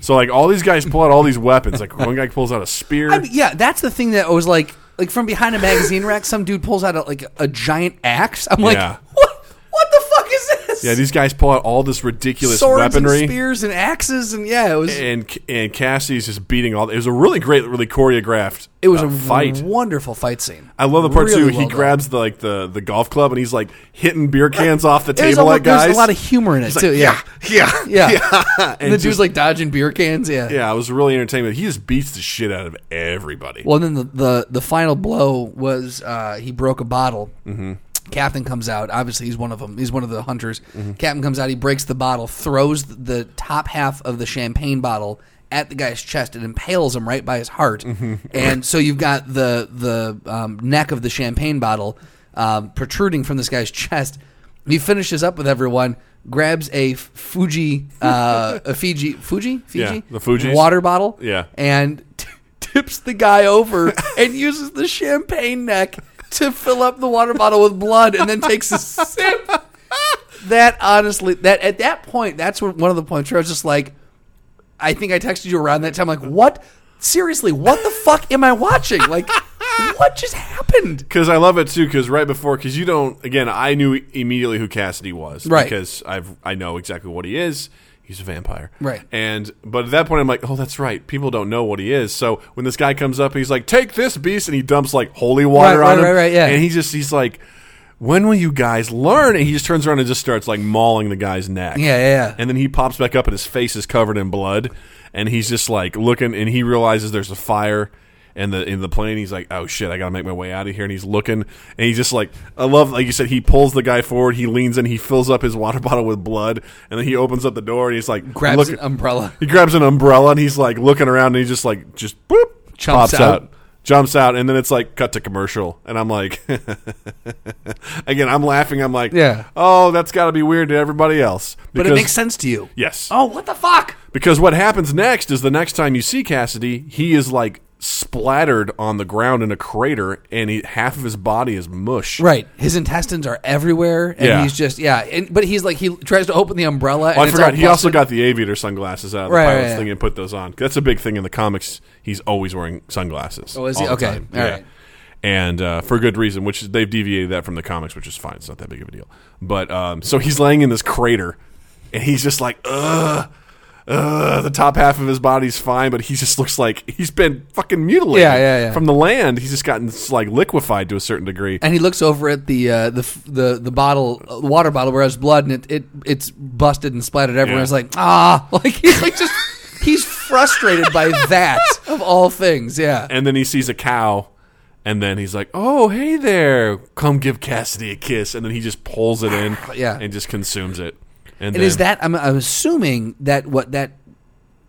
So, like, all these guys pull out all these weapons. Like, one guy pulls out a spear.
I mean, yeah, that's the thing that was like, like from behind a magazine rack, some dude pulls out a, like a giant axe. I'm like,
Yeah.
what? What the fuck is this?
Yeah, these guys pull out all this ridiculous
swords
weaponry,
and spears and axes and yeah, it was
and and Cassie's just beating all. It was a really great, really choreographed.
it was
uh,
a
fight.
wonderful fight scene.
I love the part
Really
too.
well
He
done.
grabs the, like the the golf club and he's like hitting beer cans off the
It was
table
a,
at
there's
guys.
a lot of humor in it too. yeah,
yeah,
yeah. and the
just-
dude's like dodging beer cans. Yeah.
yeah. It was really entertaining. He just beats the shit out of everybody.
Well, then the the, the final blow was uh, he broke a bottle. Mm-hmm. Captain comes out. Obviously, he's one of them. He's one of the hunters. Captain comes out. He breaks the bottle, throws the top half of the champagne bottle at the guy's chest, and impales him right by his heart.
Mm-hmm.
And so you've got the the um, neck of the champagne bottle um, protruding from this guy's chest. He finishes up with everyone. Grabs a Fuji, uh, a Fiji, Fuji, Fiji,
Yeah, the Fujis.
water bottle,
Yeah.
and t- tips the guy over and uses the champagne neck to fill up the water bottle with blood and then takes a sip. That honestly, that at that point, that's when- one of the points where I was just like, I think I texted you around that time, like, what? Seriously, what the fuck am I watching? Like, what just happened?
Because I love it too. Because right before, because you don't. Again, I knew immediately who Cassidy was.
Right.
Because I've I know exactly what he is. He's a vampire.
Right.
And but at that point, I'm like, oh, that's right. People don't know what he is. So when this guy comes up, he's like, take this beast, and he dumps like holy water
Right, right,
on him.
right, right, yeah.
And he just he's like. When will you guys learn? And he just turns around and just starts like mauling the guy's neck.
Yeah, yeah, yeah.
And then he pops back up and his face is covered in blood and he's just like looking and he realizes there's a fire in the in the plane. He's like, Oh shit, I gotta make my way out of here and he's looking and he's just like I love like you said, he pulls the guy forward, he leans in, he fills up his water bottle with blood, and then he opens up the door and he's like
Grabs
look-
an umbrella.
He grabs an umbrella and he's like looking around and he just like just boop
Jumps
pops
out.
Jumps out and then it's like cut to commercial and I'm like again I'm laughing I'm like
Yeah.
oh that's got to be weird to everybody else
But it
because-
makes sense to you.
Yes.
Oh, what the fuck?
Because what happens next is the next time you see Cassidy, he is like splattered on the ground in a crater, and he, half of his body is mush.
Right. His intestines are everywhere, and
Yeah.
he's just yeah. And, but he's like he tries to open the umbrella. and
Oh, I
it's
forgot.
all
He also
busted.
got the aviator sunglasses out of the
Right,
pilot's
right,
thing
yeah.
and put those on. That's a big thing in the comics. He's always wearing sunglasses.
Oh, is he?
all the
Okay.
time.
All
yeah.
right.
And uh, for good reason, which is- they've deviated that from the comics, which is fine. It's not that big of a deal. But um, so he's laying in this crater, and he's just like, ugh. Ugh, the top half of his body's fine, but he just looks like he's been fucking mutilated
Yeah, yeah, yeah.
from the land. He's just gotten like liquefied to a certain degree.
And he looks over at the uh, the f- the the bottle, uh, water bottle, where has blood, and it, it it's busted and splattered everywhere.
Yeah.
It's like ah, like he's like just he's frustrated by that of all things. Yeah.
and then he sees a cow and then he's like oh hey there come give cassidy a kiss and then he just pulls it in
Yeah.
and just consumes it and,
And
then,
is that I'm, I'm assuming that what that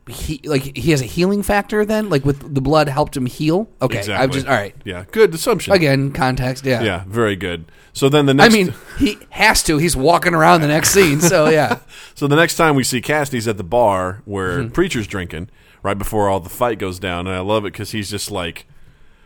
he like he has a healing factor then like with the blood helped him heal. Okay,
exactly
I'm just all right.
yeah good assumption
Again, context. Yeah.
yeah very good so then the
I
next
mean, he has to. He's walking around the next scene. So yeah.
so the next time we see cassidy's at the bar where
Mm-hmm.
preacher's drinking right before all the fight goes down and i love it because he's just like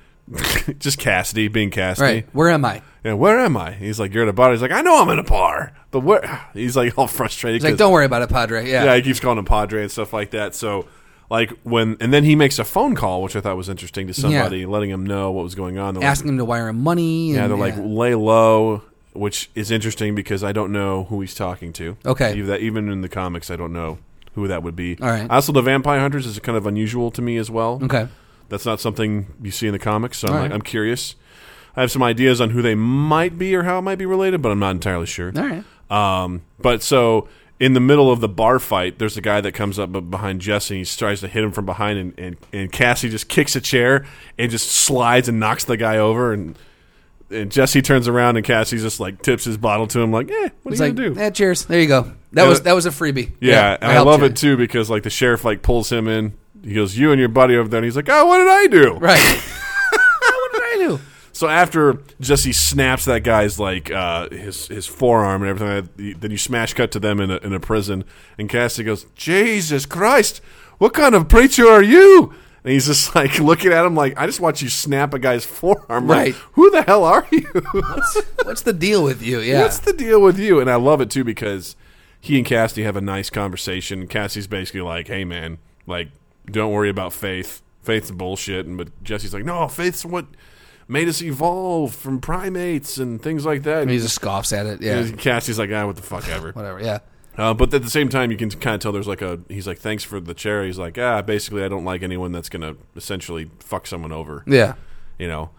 just cassidy being cassidy
Right. Where am I?
yeah where am i he's like you're at a bar he's like i know i'm in a bar but where he's like all frustrated
He's like,
'cause-
don't worry about it, Padre. Yeah.
yeah, he keeps calling him Padre and stuff like that. So, like when and then he makes a phone call, which I thought was interesting to somebody, letting him know what was going on. They're
Asking him to wire him money. And,
like, yeah, they're like lay low, which is interesting because I don't know who he's talking to.
Okay.
even, that, even in the comics, I don't know who that would be.
All right.
Also, the vampire hunters is kind of unusual to me as well.
Okay.
That's not something you see in the comics, so I'm,
All
like,
right.
I'm curious. I have some ideas on who they might be or how it might be related, but I'm not entirely sure.
All right.
Um, but so in the middle of the bar fight, there's a guy that comes up behind Jesse and he tries to hit him from behind, and, and, and Cassie just kicks a chair and just slides and knocks the guy over. And, and Jesse turns around and Cassie just like tips his bottle to him, like, eh, what
He's
are you
like,
going to do?
eh, cheers. There you go. That
Yeah.
was that was a freebie.
Yeah, and I,
helped
love
you.
it too because like the sheriff like pulls him in. He goes, "You and your buddy over there." And he's like, "Oh, what did I do?"
Right. what did I do?
So after Jesse snaps that guy's like uh, his his forearm and everything, like that, you- then you smash cut to them in a, in a prison, and Cassidy goes, "Jesus Christ, what kind of preacher are you?" And he's just like looking at him like, "I just watched you snap a guy's forearm. Like,
Right.
who the hell are you?
What's the deal with you? Yeah.
What's the deal with you?" And I love it too because he and Cassidy have a nice conversation. Cassie's basically like, "Hey man, like don't worry about faith. Faith's bullshit." And but Jesse's like, "No, faith's what." Made us evolve from primates and things like that. And
he just scoffs at it. Yeah.
and Cassie's like, ah, what the fuck ever.
Whatever. Yeah.
Uh, but at the same time, you can kind of tell there's like a. He's like, thanks for the chair. He's like, ah, basically, I don't like anyone that's gonna essentially fuck someone over.
Yeah.
You know.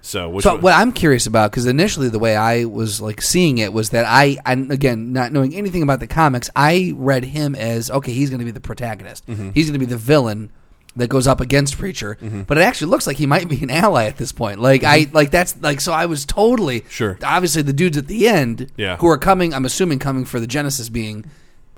So which
So
one-
what I'm curious about, because initially the way I was like seeing it was that I, and again, not knowing anything about the comics, I read him as okay, he's going to be the protagonist.
Mm-hmm.
He's going to be the villain that goes up against Preacher. But it actually looks like he might be an ally at this point. Like I, like that's like so I was totally
Mm-hmm. Sure.
Obviously, the dudes at the end,
Yeah.
who are coming, I'm assuming coming for the Genesis being.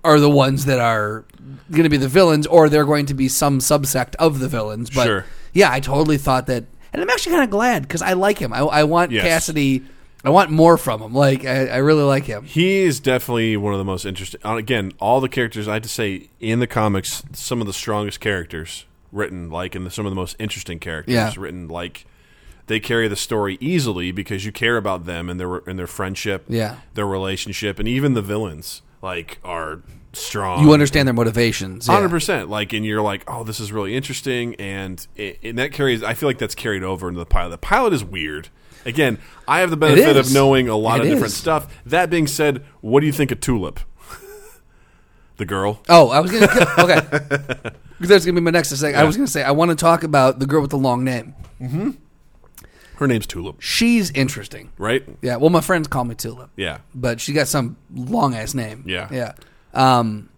Are the ones that are going to be the villains, or they're going to be some subsect of the villains? But
Sure.
yeah, I totally thought that, and I'm actually kind of glad because I like him. I, I want
Yes.
Cassidy. I want more from him. Like I, I really like him.
he is definitely one of the most interesting. uh, Again, all the characters I had to say in the comics, some of the strongest characters written, like, and some of the most interesting characters
Yeah.
written, like. They carry the story easily because you care about them and their and their friendship,
Yeah.
their relationship, and even the villains like are strong.
You understand their motivations. yeah.
Hundred percent. Like, and you're like, oh, this is really interesting, and it, and that carries. I feel like that's carried over into the pilot. The pilot is weird. Again, I have the benefit of
is.
knowing a lot
It
of different
is.
stuff. That being said, what do you think of Tulip? the girl.
Oh, I was gonna okay. Because that's gonna be my next thing. I was gonna say I want to talk about the girl with the long name.
Her name's Tulip,
She's interesting.
right?
Yeah. Well, my friends call me Tulip.
Yeah.
But she got some long ass name.
Yeah.
Yeah. Um.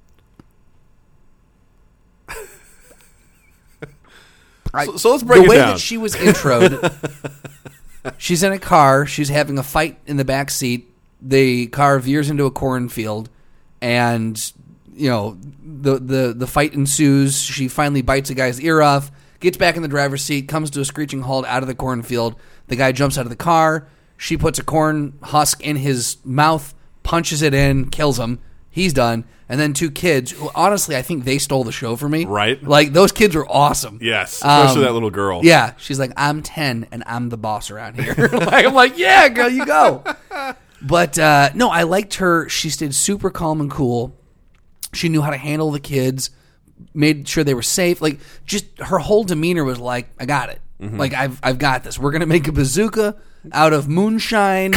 I-
So- so let's break
the
it
way
down.
that she was introed. she's in a car. She's having a fight in the back seat. The car veers into a cornfield, and you know the the the fight ensues. She finally bites a guy's ear off. Gets back in the driver's seat. Comes to a screeching halt out of the cornfield. The guy jumps out of the car. She puts a corn husk in his mouth, punches it in, kills him. He's done. And then two kids. Who, honestly, I think they stole the show for me.
Right.
Like those kids were awesome.
Yes, especially
Um,
that little girl.
Yeah, she's like, I'm ten and I'm the boss around here. like I'm like, yeah, girl, you go. But uh, no, I liked her. She stayed super calm and cool. She knew how to handle the kids, made sure they were safe. Like just her whole demeanor was like, I got it.
Mm-hmm.
Like I've I've got this. We're gonna make a bazooka out of moonshine,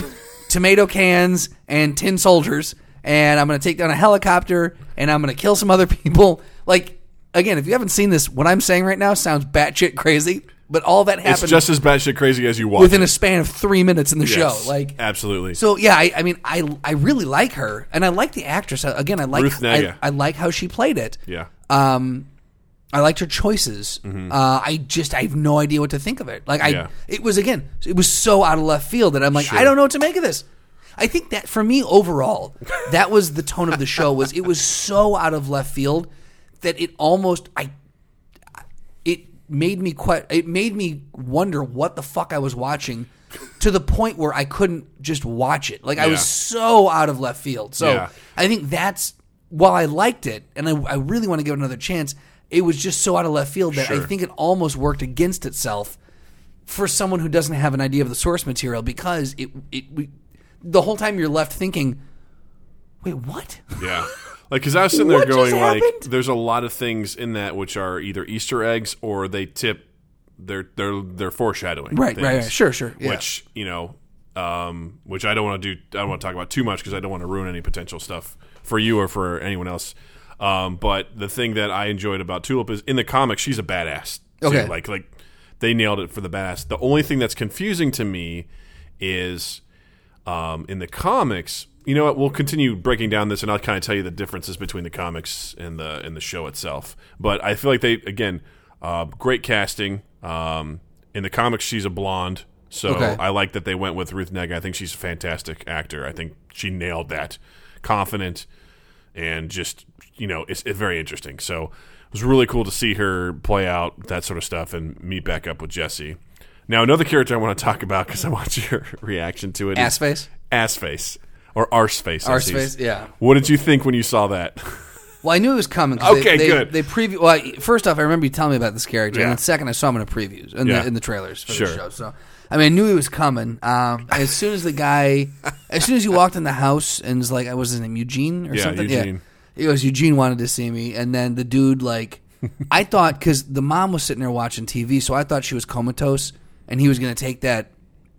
tomato cans, and tin soldiers, and I'm gonna take down a helicopter, and I'm gonna kill some other people. Like again, if you haven't seen this, what I'm saying right now sounds batshit crazy, but all that
it's
happened
just as batshit crazy as you watch.
within
it.
a span of three minutes in the
Yes,
show. Like
absolutely.
so yeah, I, I mean, I I really like her, and I like the actress. I- Again, I like
Ruth Negga.
I, I like how she played it.
yeah.
Um, I liked her choices. Uh, I just I have no idea what to think of it. Like I,
Mm-hmm. Yeah.
it was again, it was so out of left field that I'm like, I don't know what to make of this. I think that for me overall, that was the tone of the show. Was it was so out of left field that it almost I, it made me quite. It made me wonder what the fuck I was watching. To the point where I couldn't just watch it. Like I was
Yeah.
so out of left field. So
Yeah.
I think that's while I liked it and I, I really want to give it another chance. It was just so out of left field that I
Sure.
think it almost worked against itself for someone who doesn't have an idea of the source material because it it we, the whole time you're left thinking, wait, what?
Yeah. Like, because I was sitting there
What just
going, like,
happened?
there's a lot of things in that which are either Easter eggs or they tip their their their foreshadowing.
Right, right,
things,
right. Sure, sure. Yeah.
Which you know, um, which I don't want to do. I don't want to talk about too much because I don't want to ruin any potential stuff for you or for anyone else. Um, but the thing that I enjoyed about Tulip is in the comic, she's a badass. too.
Okay.
Like like they nailed it for the badass. The only thing that's confusing to me is um, in the comics. You know what? We'll continue breaking down this, and I'll kind of tell you the differences between the comics and the and the show itself. But I feel like they again, uh, great casting. Um, in the comics, she's a blonde, so
Okay.
I like that they went with Ruth Negga. I think she's a fantastic actor. I think she nailed that. Confident and just you know, it's, it's very interesting. So it was really cool to see her play out that sort of stuff and meet back up with Jesse. Now another character I want to talk about because I want your reaction to it. is-
Ass face.
ass face or arse face. I see.
Arseface, yeah.
What did you think when you saw that?
Well, I knew it was coming. 'cause they,
Okay,
they,
good.
They preview. Well, I- first off, I remember you telling me about this character,
Yeah.
and then second, I saw him in the previews in,
Yeah.
the, in the trailers for
Sure.
the show. So, I mean, I knew he was coming. Um, as soon as the guy, as soon as he walked in the house, and was like, I was his name Eugene or
Yeah,
something.
Eugene.
Yeah, it was Eugene wanted to see me, and then the dude like, I thought because the mom was sitting there watching TV, so I thought she was comatose, and he was going to take that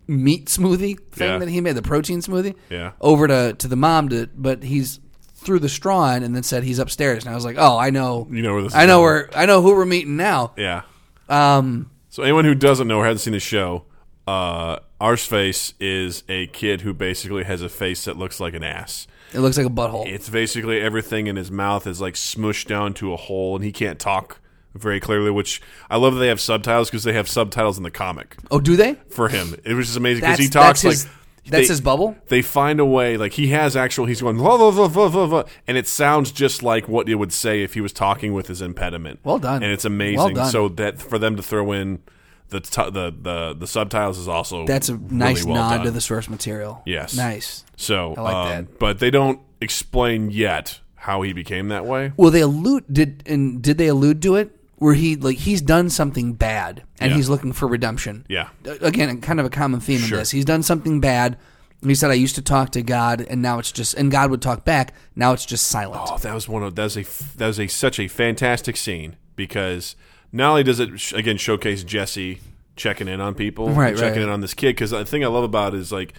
meat smoothie thing
Yeah.
that he made, the protein smoothie
Yeah.
over to to the mom to but he's threw the straw in and then said he's upstairs and I was like, Oh, I know
You know where this is
I know
going.
where I know who we're meeting now.
yeah.
Um
So anyone who doesn't know or hasn't seen the show, uh, arse face is a kid who basically has a face that looks like an ass.
it looks like a butthole.
It's basically everything in his mouth is like smushed down to a hole, and he can't talk very clearly. Which I love that they have subtitles because they have subtitles in the comic
oh, do they?
for him. It was just amazing because
That's
he talks
that's his,
like
that's
they-
his bubble?
they find a way like he has actual he's going "Vah, vah, vah, vah, vah, vah," and it sounds just like what it would say if he was talking with his impediment
Well done.
and it's amazing
Well done.
so that for them to throw in the t- the, the the subtitles is also
That's a
really
nice
well
nod
done.
to the source material.
Yes.
Nice.
so
I like
um,
that.
but they don't explain yet how he became that way
Well they allude did and did they allude to it? Where he like he's done something bad and
Yeah.
he's looking for redemption.
yeah
again, kind of a common theme in this. He's done something bad, He said, "I used to talk to God, and now it's just and God would talk back. Now it's just silent."
Oh, that was one of that was a f- that was a such a fantastic scene because not only does it sh- again showcase Jesse checking in on people, and
Right,
checking
right.
in on this kid because the thing I love about it is like.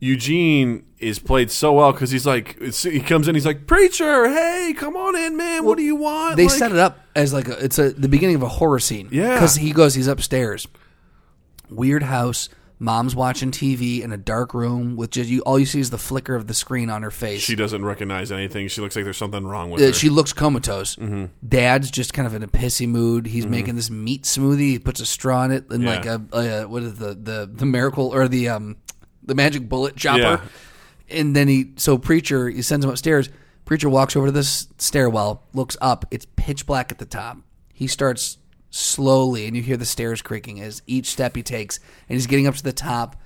Eugene is played so well because he's like it's- he comes in he's like preacher hey come on in man what do you want
They
like,
set it up as like a, it's a the beginning of a horror scene.
Yeah.
because he goes, he's upstairs, weird house. Mom's watching TV in a dark room with just you. All you see is the flicker of the screen on her face.
she doesn't recognize anything she looks like there's something wrong with
Uh,
her
she looks comatose.
Mm-hmm.
Dad's just kind of in a pissy mood. He's making this meat smoothie. He puts a straw in it and
Yeah.
like a, a what is the the the miracle or the um the magic bullet chopper.
Yeah.
And then he so preacher he sends him upstairs. Preacher walks over to this stairwell, looks up. It's pitch black at the top. He starts slowly, and you hear the stairs creaking as each step he takes, and he's getting up to the top.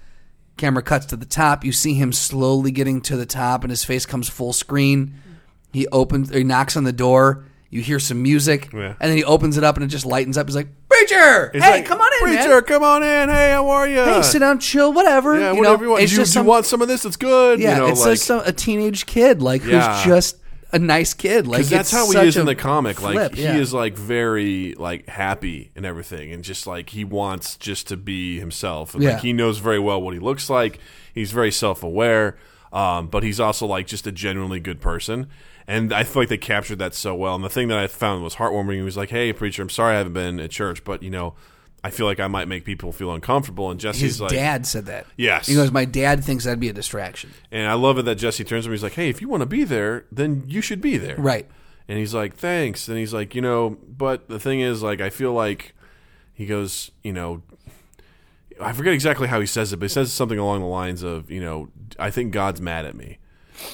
Camera cuts to the top. You see him slowly getting to the top, and his face comes full screen. He opens, he knocks on the door. You hear some music,
Yeah.
and then he opens it up, and it just lightens up. He's like, "Preacher,
He's
hey,
like,
come on in,
preacher
man.
come on in hey how are you
Hey, sit down, chill, whatever.
yeah
you
whatever
know,
you want
It's
do, you,
just
do you
some-
want some of this it's good
yeah,
you know
it's
like
just some, a teenage kid like
Yeah.
who's just a nice kid. Like
because that's
it's
how
such
he is in
a
the comic. like
flip,
he
yeah.
is like very like happy and everything, and just like he wants just to be himself. And,
Yeah.
Like he knows very well what he looks like. He's very self aware, um, but he's also like just a genuinely good person. And I feel like they captured that so well. And the thing that I found was heartwarming. He was like, "Hey, preacher, I'm sorry I haven't been at church, but you know." I feel like I might make people feel uncomfortable, and Jesse's
His
like,
dad said that.
Yes.
he goes, "My dad thinks that'd be a distraction."
and I love it that Jesse turns to him. He's like, "Hey, if you want to be there, then you should be there."
Right.
And he's like, "Thanks." And he's like, "You know, but the thing is, like, I feel like," he goes, "You know, I forget exactly how he says it, but he says something along the lines of, you know, I think God's mad at me."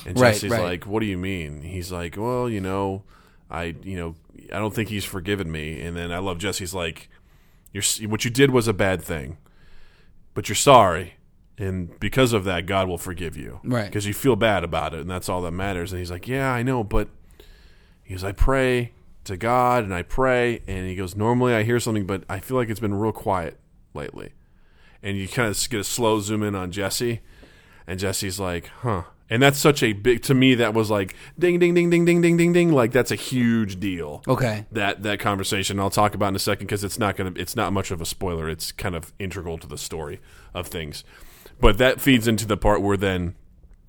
And
Right,
Jesse's
right.
like, "What do you mean?" He's like, "Well, you know, I, you know, I don't think He's forgiven me." And then I love Jesse's like, "You're what you did was a bad thing, but you're sorry." and because of that god will forgive you
Right.
because you feel bad about it and that's all that matters and he's like yeah i know but he goes i pray to god and i pray and he goes normally i hear something but i feel like it's been real quiet lately and you kind of get a slow zoom in on jesse and jesse's like huh and that's such a big to me that was like ding ding ding ding ding ding ding ding like that's a huge deal
Okay,
that that conversation I'll talk about in a second because it's not gonna it's not much of a spoiler. It's kind of integral to the story of things, but that feeds into the part where then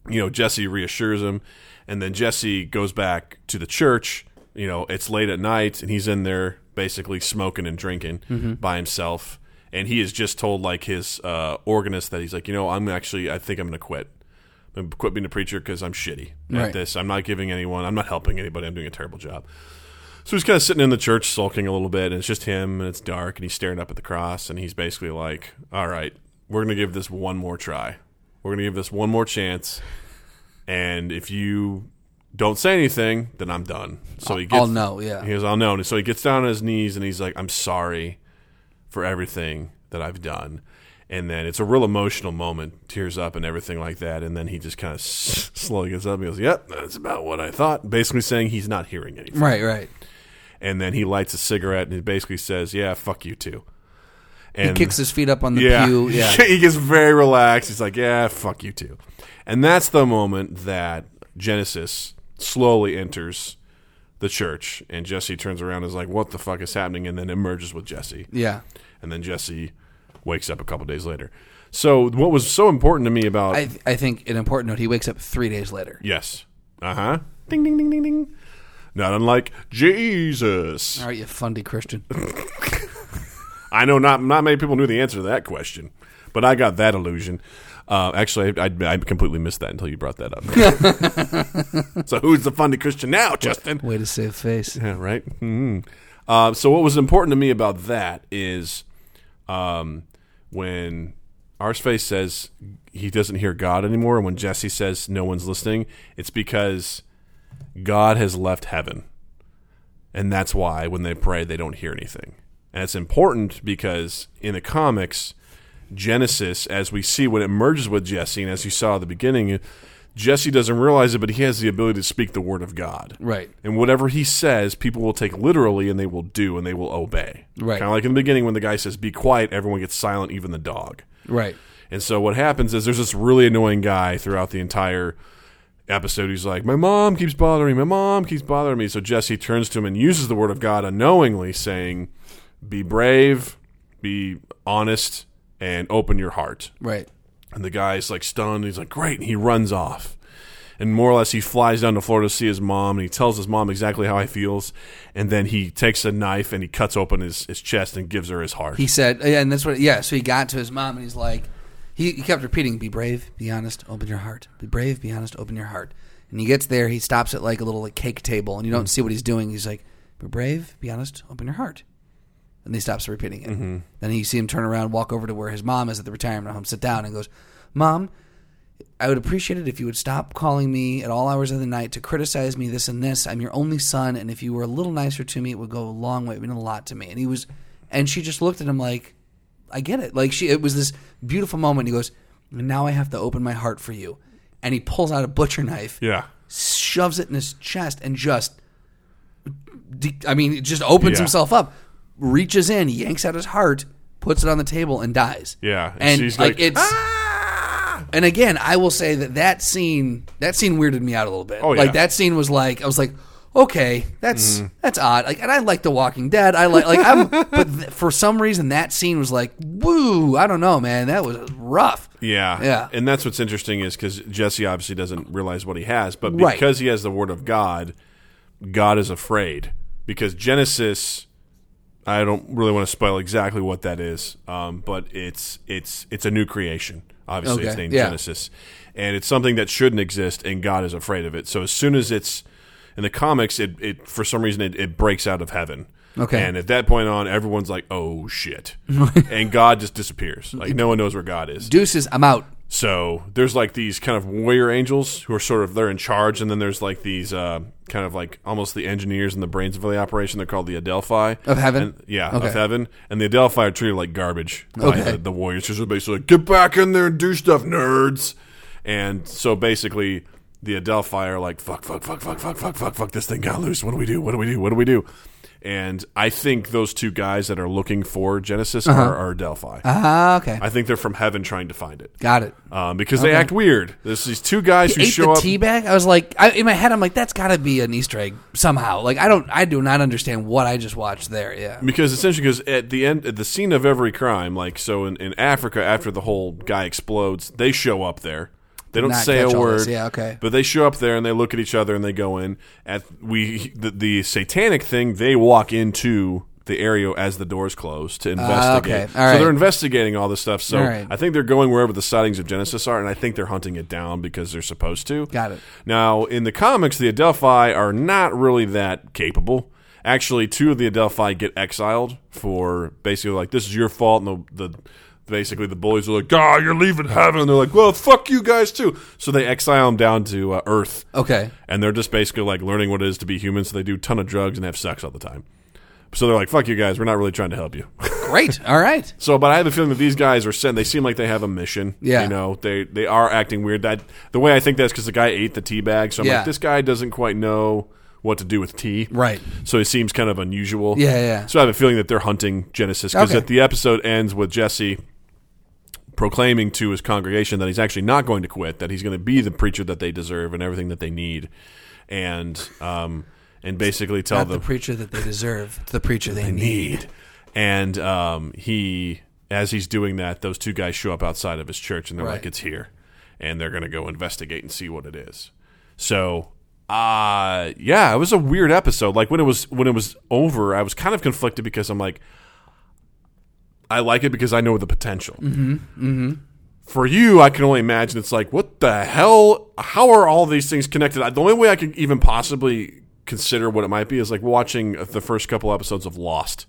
you know Jesse reassures him, and then Jesse goes back to the church. You know it's late at night and he's in there basically smoking and drinking by himself, and he has just told like his uh, organist that he's like you know I'm actually I think I'm gonna quit. I'm gonna quit being a preacher because I'm shitty at
Right.
this. I'm not giving anyone. I'm not helping anybody. I'm doing a terrible job. So he's kind of sitting in the church sulking a little bit, and it's just him, and it's dark, and he's staring up at the cross, and he's basically like, All right, we're going to give this one more try. We're going to give this one more chance. And if you don't say anything, then I'm done. So he gets,
I'll know. Yeah,
He goes, I'll know. And so he gets down on his knees, and he's like, I'm sorry for everything that I've done. And then it's a real emotional moment, tears up and everything like that. And then he just kind of s- slowly gets up and goes, Yep, that's about what I thought. Basically saying he's not hearing anything
right, right.
and then he lights a cigarette and he basically says, "Yeah, fuck you too."
He
And
kicks his feet up on the
yeah,
pew. Yeah,
he gets very relaxed. He's like, "Yeah, fuck you too," and that's the moment that Genesis slowly enters the church, and Jesse turns around and is like, "What the fuck is happening?" and then emerges with Jesse,
yeah.
and then Jesse wakes up a couple days later. So, what was so important to me about
I I think an important note. He wakes up three days later.
yes, uh huh, ding ding ding ding ding, not unlike Jesus.
All right, you fundy Christian.
I know not not many people knew the answer to that question, but I got that illusion. Uh, actually, I, I, I completely missed that until you brought that up. so who's the funny Christian now, Justin?
Way to save face.
Yeah, right. hmm Uh, so what was important to me about that is um, when Arsface says he doesn't hear God anymore, and when Jesse says no one's listening, it's because God has left heaven, and that's why when they pray they don't hear anything. And it's important because in the comics, Genesis, as we see when it merges with Jesse, and as you saw at the beginning, Jesse doesn't realize it, but he has the ability to speak the word of God.
Right.
And whatever he says, people will take literally and they will do and they will obey.
Right.
Kind of like in the beginning when the guy says, be quiet, everyone gets silent, even the dog.
Right.
And so what happens is there's this really annoying guy throughout the entire episode who's like, My mom keeps bothering me. My mom keeps bothering me. So Jesse turns to him and uses the word of God unknowingly, saying, Be brave, be honest, and open your heart.
Right.
And the guy's like stunned. He's like, great. And he runs off. And more or less, he flies down to Florida to see his mom. And he tells his mom exactly how he feels. And then he takes a knife and he cuts open his, his chest and gives her his heart.
He said, yeah, and that's what, yeah, so he got to his mom and he's like, he, he kept repeating, be brave, be honest, open your heart. Be brave, be honest, open your heart. And he gets there, he stops at like a little like cake table and you don't see what he's doing. He's like, be brave, be honest, open your heart. And he stops repeating it. Then you see him turn around, walk over to where his mom is at the retirement home, sit down and goes, Mom, I would appreciate it if you would stop calling me at all hours of the night to criticize me this and this. I'm your only son, and if you were a little nicer to me, it would go a long way. It would mean a lot to me. And he was, and she just looked at him like, I get it. Like she, it was this beautiful moment. He goes, now I have to open my heart for you, and he pulls out a butcher knife,
yeah.
shoves it in his chest, and just, de- I mean, just opens
Yeah.
himself up, reaches in, yanks out his heart, puts it on the table, and dies.
Yeah.
and, like, it's.
"Ah!"
And again, I will say that that scene that scene weirded me out a little bit.
Oh, yeah. Mm-hmm.
Like that scene was like I was like, okay, that's that's odd. Like, and I like The Walking Dead. I like like I'm, but th- for some reason that scene was like, woo, I don't know, man, that was rough.
Yeah.
Yeah.
And that's what's interesting is because Jesse obviously doesn't realize what he has, but
Right.
because he has the word of God, God is afraid. Because Genesis, I don't really want to spoil exactly what that is, um, but it's it's it's a new creation. Obviously, it's
Okay,
named
yeah.
Genesis, and it's something that shouldn't exist, and God is afraid of it. So as soon as it's in the comics, it, it for some reason it, it breaks out of heaven.
Okay.
and at that point on, everyone's like, "Oh shit," and God just disappears. Like no one knows where God is.
Deuces, I'm out.
So there's like these kind of warrior angels who are sort of they're in charge, and then there's like these uh, kind of like almost the engineers and the brains of the operation. They're called the Adelphi
Of heaven?
And- yeah,
Okay.
of heaven. And the Adelphi are treated like garbage by
Okay.
the, the warriors. Just are basically like, get back in there and do stuff, nerds. And so basically, the Adelphi are like, fuck, fuck, fuck, fuck, fuck, fuck, fuck, fuck. This thing got loose. What do we do? What do we do? What do we do? And I think those two guys that are looking for Genesis
Uh-huh.
are, are Adelphi.
Ah, okay,
I think they're from heaven trying to find it
got it.
um, because they act weird. There's these two guys who
Ate
show
the
up.
tea bag. I was like, I, in my head, I'm like, that's got to be an Easter egg somehow. Like, I don't, I do not understand what I just watched there. Yeah,
because essentially, because at the end, at the scene of every crime, like so in, in Africa, after the whole guy explodes, they show up there. They don't
Not
say a
catch all
word.
this. Yeah, okay.
But they show up there and they look at each other and they go in. At we the, the satanic thing, they walk into the area as the doors close to investigate.
Ah, okay. All
So they're
right.
investigating all this stuff. So
All right.
I think they're going wherever the sightings of Genesis are, and I think they're hunting it down because they're supposed to.
Got it.
Now, in the comics, the Adelphi are not really that capable. Actually, two of the Adelphi get exiled for basically like this is your fault, and the, the basically the bullies are like, "God, you're leaving heaven." And they're like, "Well, fuck you guys too." So they exile them down to uh, Earth,
okay,
and they're just basically like learning what it is to be human. So they do a ton of drugs and have sex all the time. So they're like, "Fuck you guys, we're not really trying to help you."
great. All right,
So, but I have a feeling that these guys are sent. They seem like they have a mission.
Yeah.
you know, they they are acting weird. That the way I think that's because the guy ate the tea bag. So I'm
Yeah.
like, this guy doesn't quite know what to do with tea.
Right.
So he seems kind of unusual.
Yeah, yeah, yeah.
So I have a feeling that they're hunting Genesis because
Okay.
at the episode ends with Jesse proclaiming to his congregation that he's actually not going to quit, that he's going to be the preacher that they deserve and everything that they need, and um and basically tell
not
them
the preacher that they deserve, it's the preacher they need.
need. And um, he, as he's doing that, those two guys show up outside of his church and they're
Right.
like, it's here. And they're going to go investigate and see what it is. So. Uh yeah, it was a weird episode. Like when it was when it was over, I was kind of conflicted because I'm like I like it because I know the potential. Mm-hmm. Mm-hmm. For you, I can only imagine it's like, what the hell? How are all these things connected? I- The only way I could even possibly consider what it might be is like watching the first couple episodes of Lost.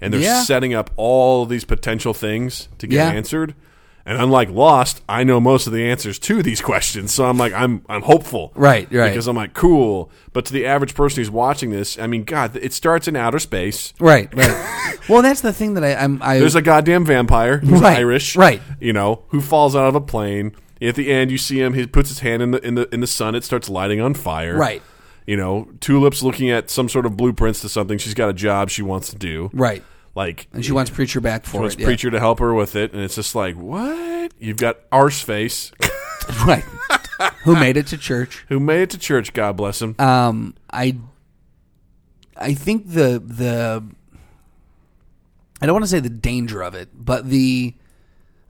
And they're
Yeah.
setting up all these potential things to get
Yeah.
answered. And unlike Lost, I know most of the answers to these questions. So I'm like, I'm I'm hopeful.
Right, right.
Because I'm like, cool. But to the average person who's watching this, I mean, God, it starts in outer space.
Right, right. well, that's the thing that I, I'm. I,
There's a goddamn vampire who's
Right,
Irish,
right.
You know, who falls out of a plane. At the end, you see him. He puts his hand in the in the in the sun. It starts lighting on fire.
Right.
You know, tulips looking at some sort of blueprints to something. She's got a job she wants to do.
right.
Like
and she wants Preacher back for
wants
it. yeah.
preacher to help her with it, and it's just like what? You've got arseface
right? Who made it to church?
who made it to church. God bless him.
Um, I I think the the I don't want to say the danger of it, but the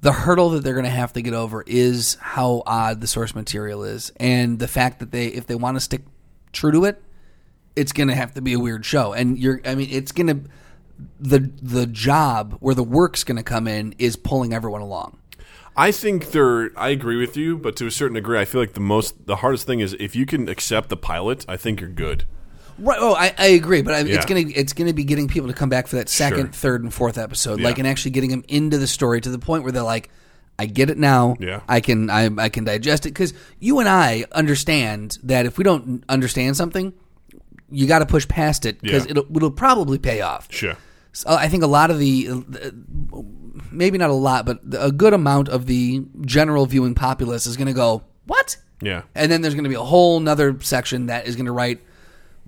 the hurdle that they're going to have to get over is how odd the source material is, and the fact that they if they want to stick true to it, it's going to have to be a weird show. And you're, I mean, it's going to the the job where the work's going to come in is pulling everyone along.
I think they're. I agree with you, but to a certain degree, I feel like the most, the hardest thing is if you can accept the pilot. I think you're good.
Right. Oh, I, I agree, but I,
Yeah.
it's gonna it's gonna be getting people to come back for that second,
Sure.
third, and fourth episode,
Yeah.
like, and actually getting them into the story to the point where they're like, "I get it now.
Yeah.
I can I, I can digest it." Because you and I understand that if we don't understand something, you got to push past it because
Yeah.
it'll it'll probably pay off.
Sure.
So I think a lot of the, uh, the- maybe not a lot, but a good amount of the general viewing populace is going to go, "What?"
Yeah.
And then there's going to be a whole nother section that is going to write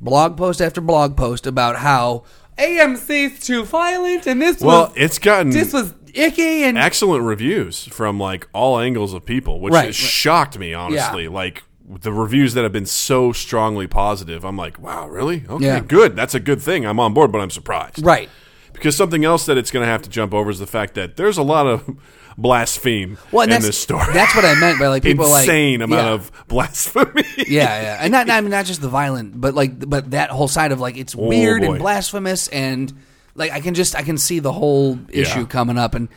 blog post after blog post about how AMC's too violent and this
Well,
was
it's gotten
this was icky and
excellent reviews from like all angles of people, which
Right, right.
shocked me honestly.
Yeah.
Like the reviews that have been so strongly positive, I'm like, wow, really? Okay,
Yeah.
good. That's a good thing. I'm on board, but I'm surprised.
right.
Because something else that it's going to have to jump over is the fact that there's a lot of blaspheme
Well, and
in
that's
this story.
That's what I meant by like people like
Insane amount
yeah.
of blasphemy.
yeah, yeah, and not, not I mean not just the violent, but like but that whole side of like it's weird
boy.
and blasphemous and like I can just I can see the whole issue
Yeah.
coming up and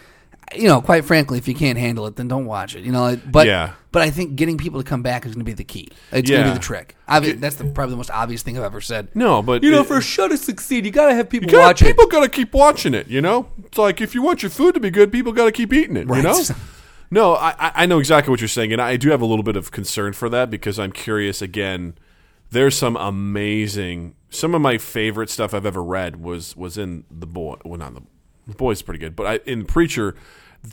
you know quite frankly if you can't handle it then don't watch it you know like, but
Yeah.
but I think getting people to come back is going to be the key it's going
Yeah.
to be the trick Obvi- that's the, probably the most obvious thing I've ever said
No, but
you know
it-
for a show to succeed you got to have people
Gotta-
watch it
people gotta keep watching it. You know, it's like if you want your food to be good, people gotta keep eating it. You
Right.
know. No, I, I- I know exactly what you're saying, and I do have a little bit of concern for that because I'm curious. Again, there's some amazing. Some of my favorite stuff I've ever read was was in the boy. Well, not the, the boy is pretty good, but I, in preacher,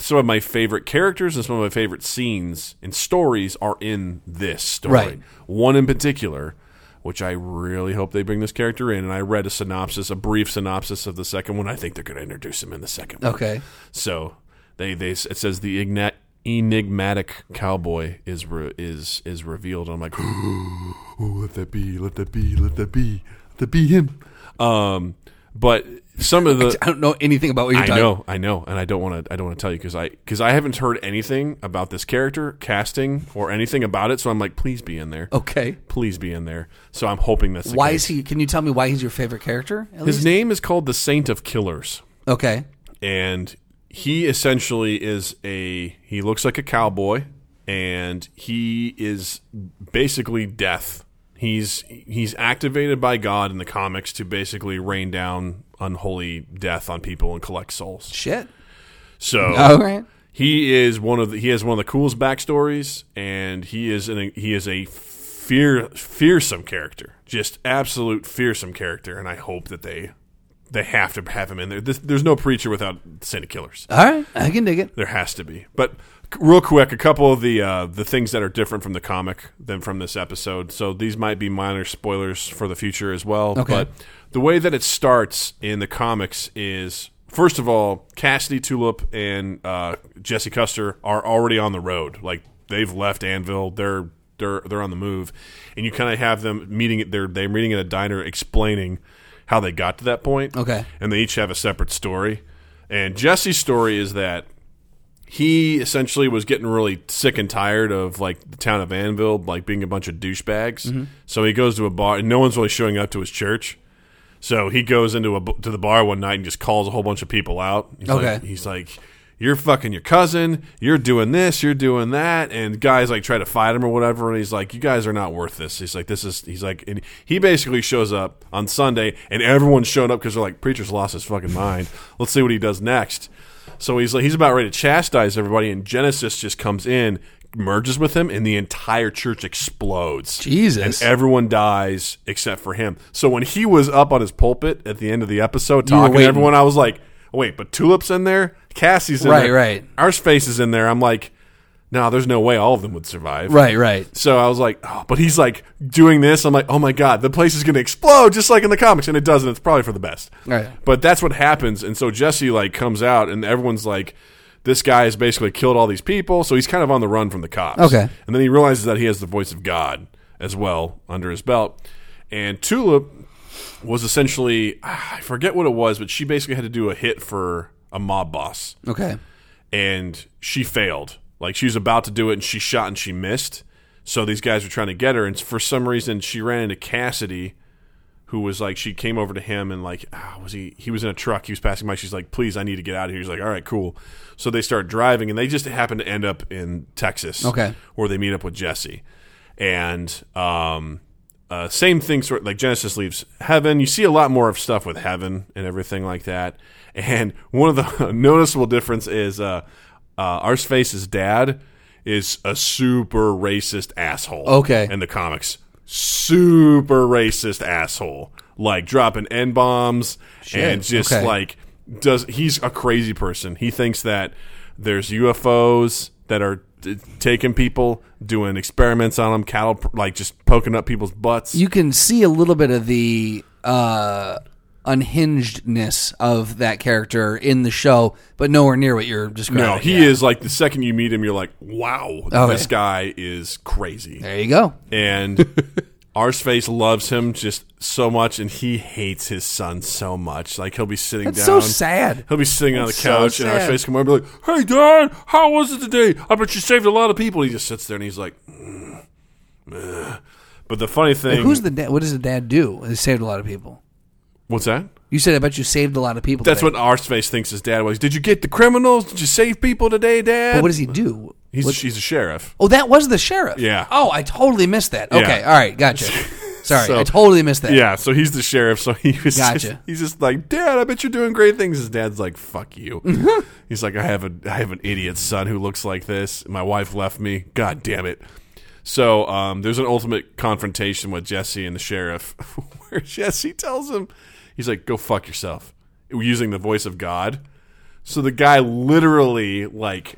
some of my favorite characters and some of my favorite scenes and stories are in this story.
Right.
One in particular, which I really hope they bring this character in. And I read a synopsis, a brief synopsis of the second one. I think they're going to introduce him in the second one.
okay
So they they it says the igna- enigmatic cowboy is re- is is revealed. I'm like, oh, let that be, let that be, let that be, let that be him. Um, but some of the
I don't know anything about what you're
I
talking
know, I know, and I don't want to. I don't want to tell you because I because I haven't heard anything about this character casting or anything about it. So I'm like, please be in there.
okay
Please be in there. So I'm hoping that's the
why
case.
is he can you tell me why he's your favorite character at
His
least?
name is called the Saint of Killers,
okay
and he essentially is a. He looks like a cowboy, and he is basically death. He's he's activated by God in the comics to basically rain down unholy death on people and collect souls.
shit
So
all right
he is one of the, he has one of the coolest backstories, and he is an, he is a fear fearsome character, just absolute fearsome character. And I hope that they they have to have him in there. This, there's no preacher without Santa Killers.
all right I can dig it
There has to be. But c- real quick, a couple of the uh, the things that are different from the comic than from this episode. So these might be minor spoilers for the future as well.
Okay.
But the way that it starts in the comics is first of all, Cassidy Tulip and uh, Jesse Custer are already on the road. Like they've left Anvil. They're they're they're on the move, and you kind of have them meeting. at- They're they're meeting at a diner, explaining how they got to that point.
Okay.
and they each have a separate story. And Jesse's story is that he essentially was getting really sick and tired of like the town of Anvil, like being a bunch of douchebags. So he goes to a bar, and no one's really showing up to his church. So he goes into a to the bar one night and just calls a whole bunch of people out. He's like,
Okay.
he's like, "You're fucking your cousin. You're doing this. You're doing that." And guys like try to fight him or whatever. And he's like, "You guys are not worth this." He's like, "This is." He's like, and he basically shows up on Sunday, and everyone's showing up because they're like, "Preacher's lost his fucking mind. Let's see what he does next." So he's like, he's about ready to chastise everybody, and Genesis just comes in, merges with him, and the entire church explodes.
Jesus.
And everyone dies except for him. So when he was up on his pulpit at the end of the episode talking to
waiting.
everyone, I was like, wait, but Tulip's in there? Cassie's in
Right,
there.
right.
Our space is in there. I'm like, no, there's no way all of them would survive.
Right, right.
So I was like, oh, but he's like doing this. I'm like, oh my god, the place is going to explode, just like in the comics, and it doesn't. It's probably for the best.
Right.
But that's what happens, and so Jesse like comes out, and everyone's like, this guy has basically killed all these people, so he's kind of on the run from the cops.
Okay.
And then he realizes that he has the voice of God as well under his belt, and Tulip was essentially ah, I forget what it was, but she basically had to do a hit for a mob boss
Okay.
and she failed. Like she was about to do it, and she shot and she missed. So these guys were trying to get her, and for some reason she ran into Cassidy, who was like she came over to him and like ah, was he he was in a truck. He was passing by. She's like, "Please, I need to get out of here." He's like, "All right, cool." So they start driving, and they just happen to end up in Texas,
Okay.
where they meet up with Jesse, and um. Uh, same thing, sort like Genesis leaves heaven. You see a lot more of stuff with heaven and everything like that. And one of the noticeable difference is uh, uh, Arsface's dad is a super racist asshole.
Okay.
in the comics, super racist asshole, like dropping n bombs and just
okay.
like does he's a crazy person. He thinks that there's UFOs that are t- taking people, doing experiments on them, cattle like just poking up people's butts.
You can see a little bit of the uh, unhingedness of that character in the show, but nowhere near what you're describing.
no, he
Yeah.
is like the second you meet him, you're like, wow,
Oh,
this
yeah.
guy is crazy.
There you go.
and Arsface loves him just so much, and he hates his son so much. Like he'll be sitting
That's so
down.
sad.
He'll be sitting on the
That's so
couch, and
sad.
Arsface come over and be like, "Hey, Dad, how was it today? I bet you saved a lot of people." He just sits there and he's like, "Mm, eh." "But the funny thing,
Who's the dad? What does the dad do? He saved a lot of people.
what's that?"
You said I bet you saved a lot of people.
That's
today.
what Arsface thinks his dad was. Did you get the criminals? Did you save people today, Dad?
But what does he do?
he's,
What-
he's a sheriff.
oh, that was the sheriff.
Yeah.
Oh, I totally missed that.
Yeah.
Okay. All right. Gotcha. Sorry,
So-
I totally missed that.
Yeah, so he's the sheriff. So he was just,
Gotcha.
he's just like, Dad, I bet you're doing great things. His dad's like, Fuck you. he's like, I have a I have an idiot son who looks like this. My wife left me. God damn it. So um, there's an ultimate confrontation with Jesse and the sheriff, where Jesse tells him, he's like, Go fuck yourself, using the voice of God. So the guy literally like.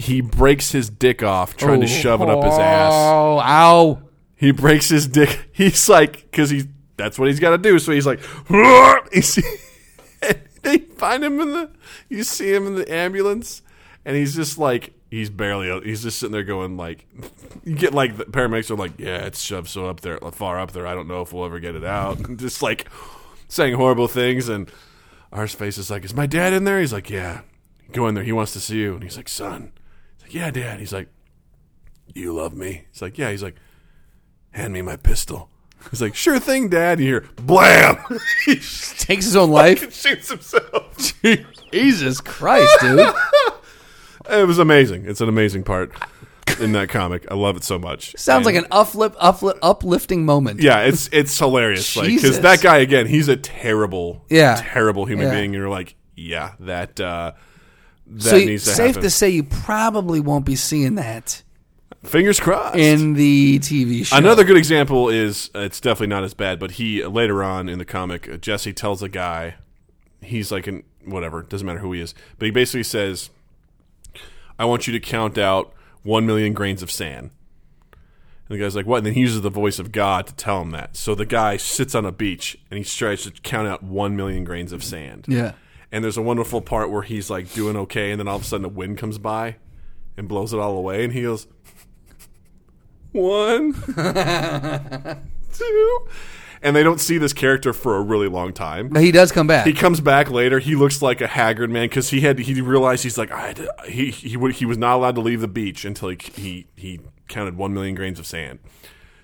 He breaks his dick off trying to shove it up his ass.
Oh, ow.
He breaks his dick. He's like, because he that's what he's got to do. So he's like, he's, and they find him in the, you see him in the ambulance, and he's just like, he's barely, he's just sitting there going like, you get like the paramedics are like, yeah, it's shoved so up there, far up there. I don't know if we'll ever get it out. just like saying horrible things, and Arsface is like, is my dad in there? He's like, yeah, go in there. He wants to see you, and he's like, son. He's like, yeah, dad. He's like. You love me? He's like, yeah. He's like, hand me my pistol. He's like, sure thing, Dad. You hear, blam! he
Takes his own life.
shoots himself.
Jesus Christ, dude.
It was amazing. It's an amazing part in that comic. I love it so much.
Sounds like an uplift, uplift, uplifting moment.
yeah, it's it's hilarious. Like because
Jesus.
that guy again, he's a terrible,
Yeah.
terrible human
Yeah.
being. And you're like, yeah, that uh, that
so you-
needs to
safe
happen.
to say you probably won't be seeing that
Fingers crossed.
in the TV show.
Another good example is uh, it's definitely not as bad, but he uh, later on in the comic, uh, Jesse tells a guy, he's like an whatever, doesn't matter who he is, but he basically says, "I want you to count out one million grains of sand." And the guy's like, "What?" And then he uses the voice of God to tell him that. So the guy sits on a beach and he tries to count out one million grains of sand.
Yeah.
And there's a wonderful part where he's like doing okay, and then all of a sudden a wind comes by and blows it all away, and he goes, one, two. And they don't see this character for a really long time.
But he does come back.
He comes back later. He looks like a haggard man because he had he realized he's like I had to, he he would, he was not allowed to leave the beach until he he he counted one million grains of sand.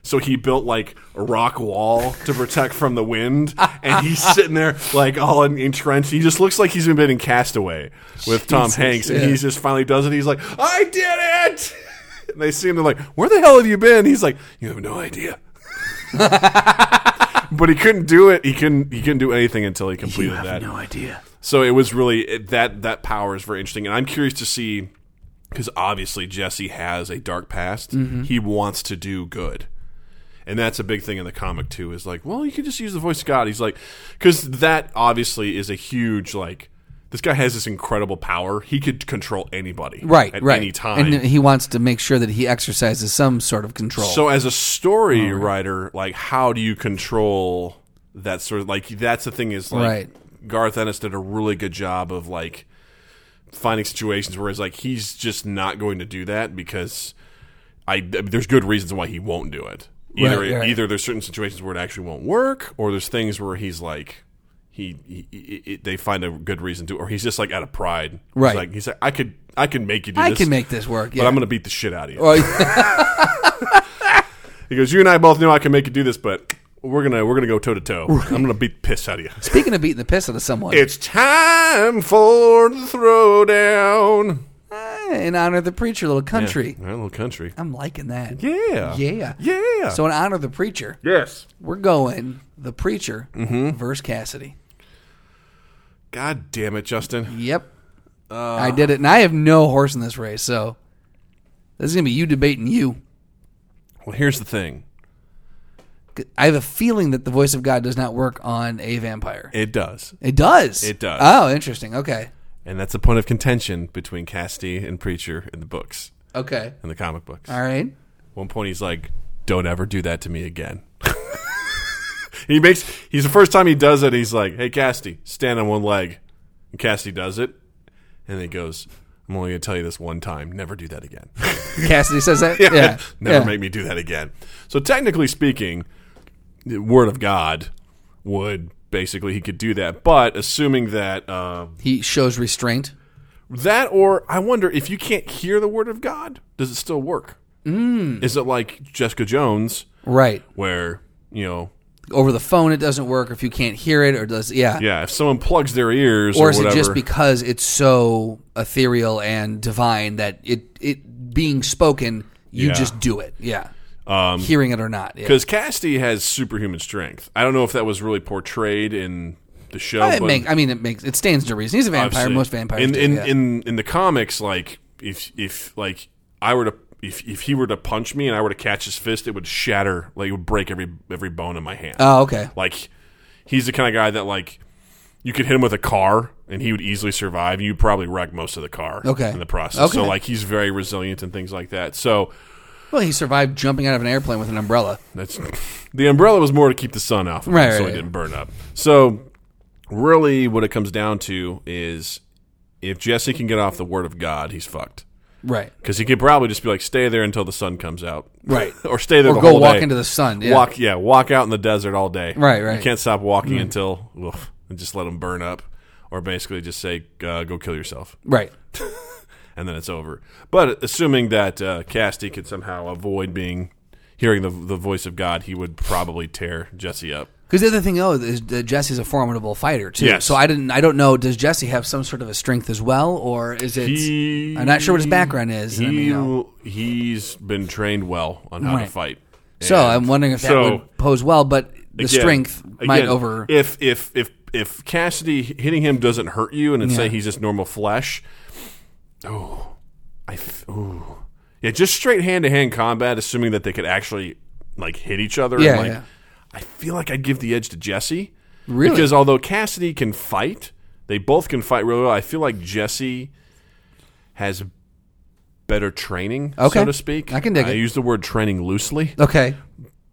So he built like a rock wall to protect from the wind, and he's sitting there like all en- entrenched. He just looks like he's been in Castaway with Tom Hanks, and
yeah.
he's just finally does it. He's like, I did it. And they see him. They're like, Where the hell have you been? He's like, You have no idea. but he couldn't do it. He couldn't. He couldn't do anything until he completed that.
idea.
So it was really it, that that power is very interesting, and I'm curious to see because obviously Jesse has a dark past.
Mm-hmm.
He wants to do good, and that's a big thing in the comic too. Is like, well, you can just use the voice of God. He's like, because that obviously is a huge like. this guy has this incredible power. He could control anybody,
right,
at
right.
any time.
and he wants to make sure that he exercises some sort of control.
So as a story writer, like how do you control that sort of like that's the thing is like
Right.
Garth Ennis did a really good job of like finding situations where it's like he's just not going to do that because I, I mean, there's good reasons why he won't do it. Either
Right, right.
either there's certain situations where it actually won't work or there's things where he's like he, he, he- he- they find a good reason to or he's just like out of pride. He's
Right.
like he's like I could I can make you do
I
this.
can make this work.
but
Yeah.
I'm going to beat the shit out of you.
Well,
He goes, "You and I both know I can make you do this, but we're gonna we're gonna go toe to toe. I'm gonna beat the piss out of you."
speaking of beating the piss out of someone,
It's time for the throwdown.
eh, in honor of the preacher, little country.
our little country.
I'm liking that.
Yeah,
Yeah.
yeah.
So in honor of the preacher,
yes.
we're going the preacher
Mm-hmm.
verse Cassidy.
God damn it, Justin.
Yep.
Uh,
I did it, and I have no horse in this race, so this is gonna be you debating you.
Well, here's the thing.
I have a feeling that the voice of God does not work on a vampire.
It does,
It does.
It does.
Oh, interesting. Okay.
and that's a point of contention between Cassidy and Preacher in the books,
Okay.
in the comic books.
All right.
one point he's like, "Don't ever do that to me again." he makes he's the first time he does it. He's like, "Hey, Cassidy, stand on one leg." And Cassidy does it, and he goes, "I'm only going to tell you this one time. Never do that again.
Cassidy says that. yeah.
Never
Yeah.
make me do that again." So technically speaking, the word of God would basically he could do that, but assuming that um,
He shows restraint.
that or I wonder if you can't hear the word of God, does it still work? Mm. Is it like Jessica Jones?
Right.
where you know
Over the phone, it doesn't work if you can't hear it, or does yeah.
yeah if someone plugs their ears or,
Or is
whatever
it just because it's so ethereal and divine that it it being spoken, you
Yeah.
just do it. Yeah. Um, Hearing it or not. Yeah.
because Cassidy has superhuman strength I don't know if that was really portrayed in the show
It
but
make, I mean, it makes it stands to reason. He's a vampire.
obviously-
Most vampires.
in
do,
in,
yeah.
in in the comics like if if like I were to if, if he were to punch me and I were to catch his fist it would shatter like it would break every every bone in my hand
oh, okay.
Like he's the kind of guy that like you could hit him with a car and he would easily survive. You'd probably wreck most of the car
Okay.
in the process. So
Okay.
like he's very resilient and things like that. So
Well, he survived jumping out of an airplane with an umbrella.
that's the umbrella was more to keep the sun off of him
Right,
so
right,
it
yeah.
didn't burn up. So really what it comes down to is if Jesse can get off the word of God, he's fucked.
Right.
Because he could probably just be like, stay there until the sun comes out,
Right.
or stay there
Or
the
go
whole
walk
day.
into the sun, yeah.
Walk, yeah, walk out in the desert all day.
Right, right. Mm.
You can't stop walking until oof, and just let them burn up, or basically just say, uh, go kill yourself,
Right.
and then it's over. But assuming that uh, Cassidy could somehow avoid being hearing the the voice of God, he would probably tear Jesse up.
Because the other thing, though, is that Jesse's a formidable fighter too.
Yes.
So I didn't. I don't know. Does Jesse have some sort of a strength as well, or is it?
He,
I'm not sure what his background is.
He,
I mean, you know.
He's been trained well on how to
Right.
fight.
So
And
I'm wondering if that
so-
would pose well, but the
Again-
strength might
again,
over.
if if if if Cassidy hitting him doesn't hurt you and it's say
Yeah.
he's just normal flesh. Oh, I f- ooh. yeah, just straight hand to hand combat, assuming that they could actually like hit each other.
Yeah,
and, like,
yeah.
I feel like I'd give the edge to Jesse.
Really?
because although Cassidy can fight, they both can fight really well. I feel like Jesse has better training,
Okay.
so to speak.
I can dig
I
it.
use the word training loosely.
okay,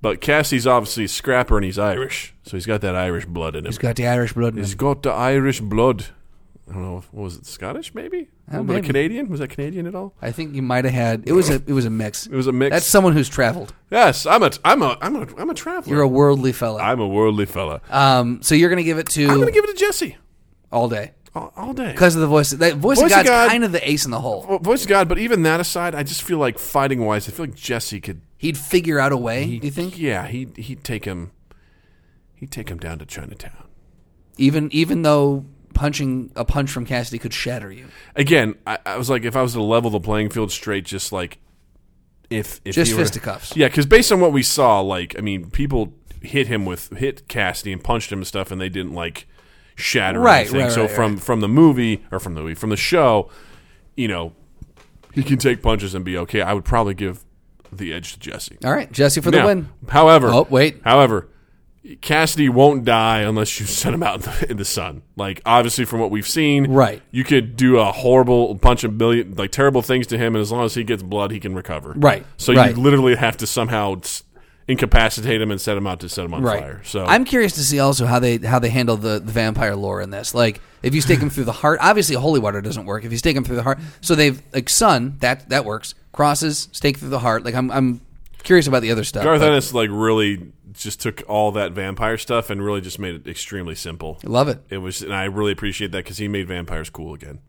But Cassie's obviously a scrapper and he's Irish, so he's got that Irish blood in him.
he's got the Irish blood. In
He's
him.
got the Irish blood. I don't know. if- What was it? Scottish, maybe? A little bit of
maybe.
Canadian? Was that Canadian at all?
I think you might have had. It was a. It was a mix.
It was a mix.
That's someone who's traveled.
yes, I'm a, I'm a, I'm a, I'm a traveler.
You're a worldly fella.
I'm a worldly fella.
um. So you're gonna give it to
I'm gonna give it to Jesse
all day
all, all day.
because of the voice. That voice,
Voice
of
of
God's
God-
kind of the ace in the hole.
Well, voice of God, but even that aside, I just feel like fighting wise, I feel like Jesse could.
He'd figure out a way. do you think?
Yeah, he he'd take him. He'd take him down to Chinatown.
Even even though punching a punch from Cassidy could shatter you.
again, I, I was like, if I was to level the playing field straight, just like if, if
Just
he were-
fisticuffs.
yeah, because based on what we saw, like I mean, people hit him with hit Cassidy and punched him and stuff, and they didn't like shatter
Right,
anything.
right,
so
right,
from from the movie or from the movie from the show, you know, he can take punches and be okay. I would probably give the edge to Jesse
All right, Jesse for the
Now,
win.
However,
Oh, wait.
however, Cassidy won't die unless you set him out in the, in the sun. Like obviously from what we've seen,
Right.
You could do a horrible bunch of million like terrible things to him, and as long as he gets blood, he can recover.
Right.
So
Right.
you literally have to somehow s- incapacitate him and set him out to set him on
Right.
fire. So
I'm curious to see also how they how they handle the, the vampire lore in this. Like if you stake him through the heart, obviously holy water doesn't work. If you stake him through the heart, so they've like sun that that works. Crosses stake through the heart. Like I'm I'm curious about the other stuff.
Garth
but
Ennis like really just took all that vampire stuff and really just made it extremely simple.
I love it.
It was, and I really appreciate that because he made vampires cool again.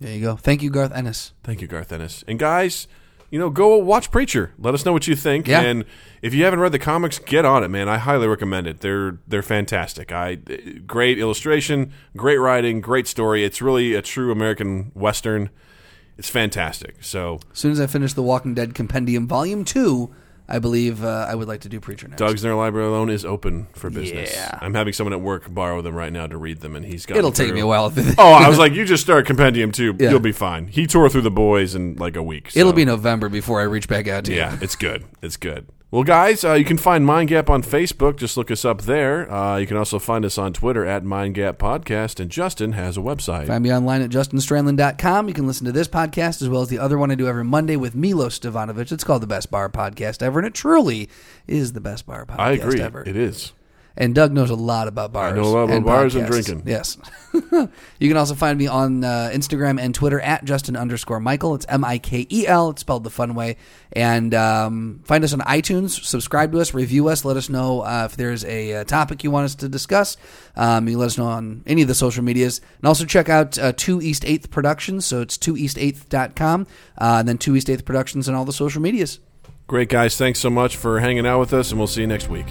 There you go. Thank you, Garth Ennis.
Thank you, Garth Ennis. And guys, you know, go watch Preacher. Let us know what you think.
Yeah.
And if you haven't read the comics, get on it, man. I highly recommend it. They're they're fantastic. I great illustration, great writing, great story. It's really a true American western. It's fantastic. So
As soon as I finish the Walking Dead compendium, volume two, I believe uh, I would like to do preacher next.
Doug's Nerd Library alone is open for business.
Yeah.
I'm having someone at work borrow them right now to read them, and he's got.
It'll take me a while.
Oh, I was like, you just start compendium two,
Yeah.
you'll be fine. He tore through the boys in like a week. so-
It'll be November before I reach back out to you.
Yeah, it's good. It's good. Well, guys, uh, you can find Mind Gap on Facebook. Just look us up there. Uh, you can also find us on Twitter at Mind Gap Podcast. And Justin has a website.
Find me online at justinstrandland.com. You can listen to this podcast as well as the other one I do every Monday with Milos Stevanovic. It's called the Best Bar Podcast Ever, and it truly is the best bar podcast
I agree.
ever.
It is.
And Doug knows a lot about bars.
I know a lot about bars and drinking.
Yes. you can also find me on uh, Instagram and Twitter at Justin underscore Michael. It's M I K E L. It's spelled the fun way. And um, find us on iTunes. Subscribe to us. Review us. Let us know uh, if there's a, uh topic you want us to discuss. Um, you can let us know on any of the social medias. And also check out uh, 2 East 8th Productions. So it's 2east8th.com. Uh, and then 2 East 8th Productions on all the social medias.
Great, guys. Thanks so much for hanging out with us, and we'll see you next week.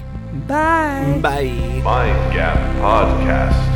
Bye. Bye.
Mind Gap Podcast.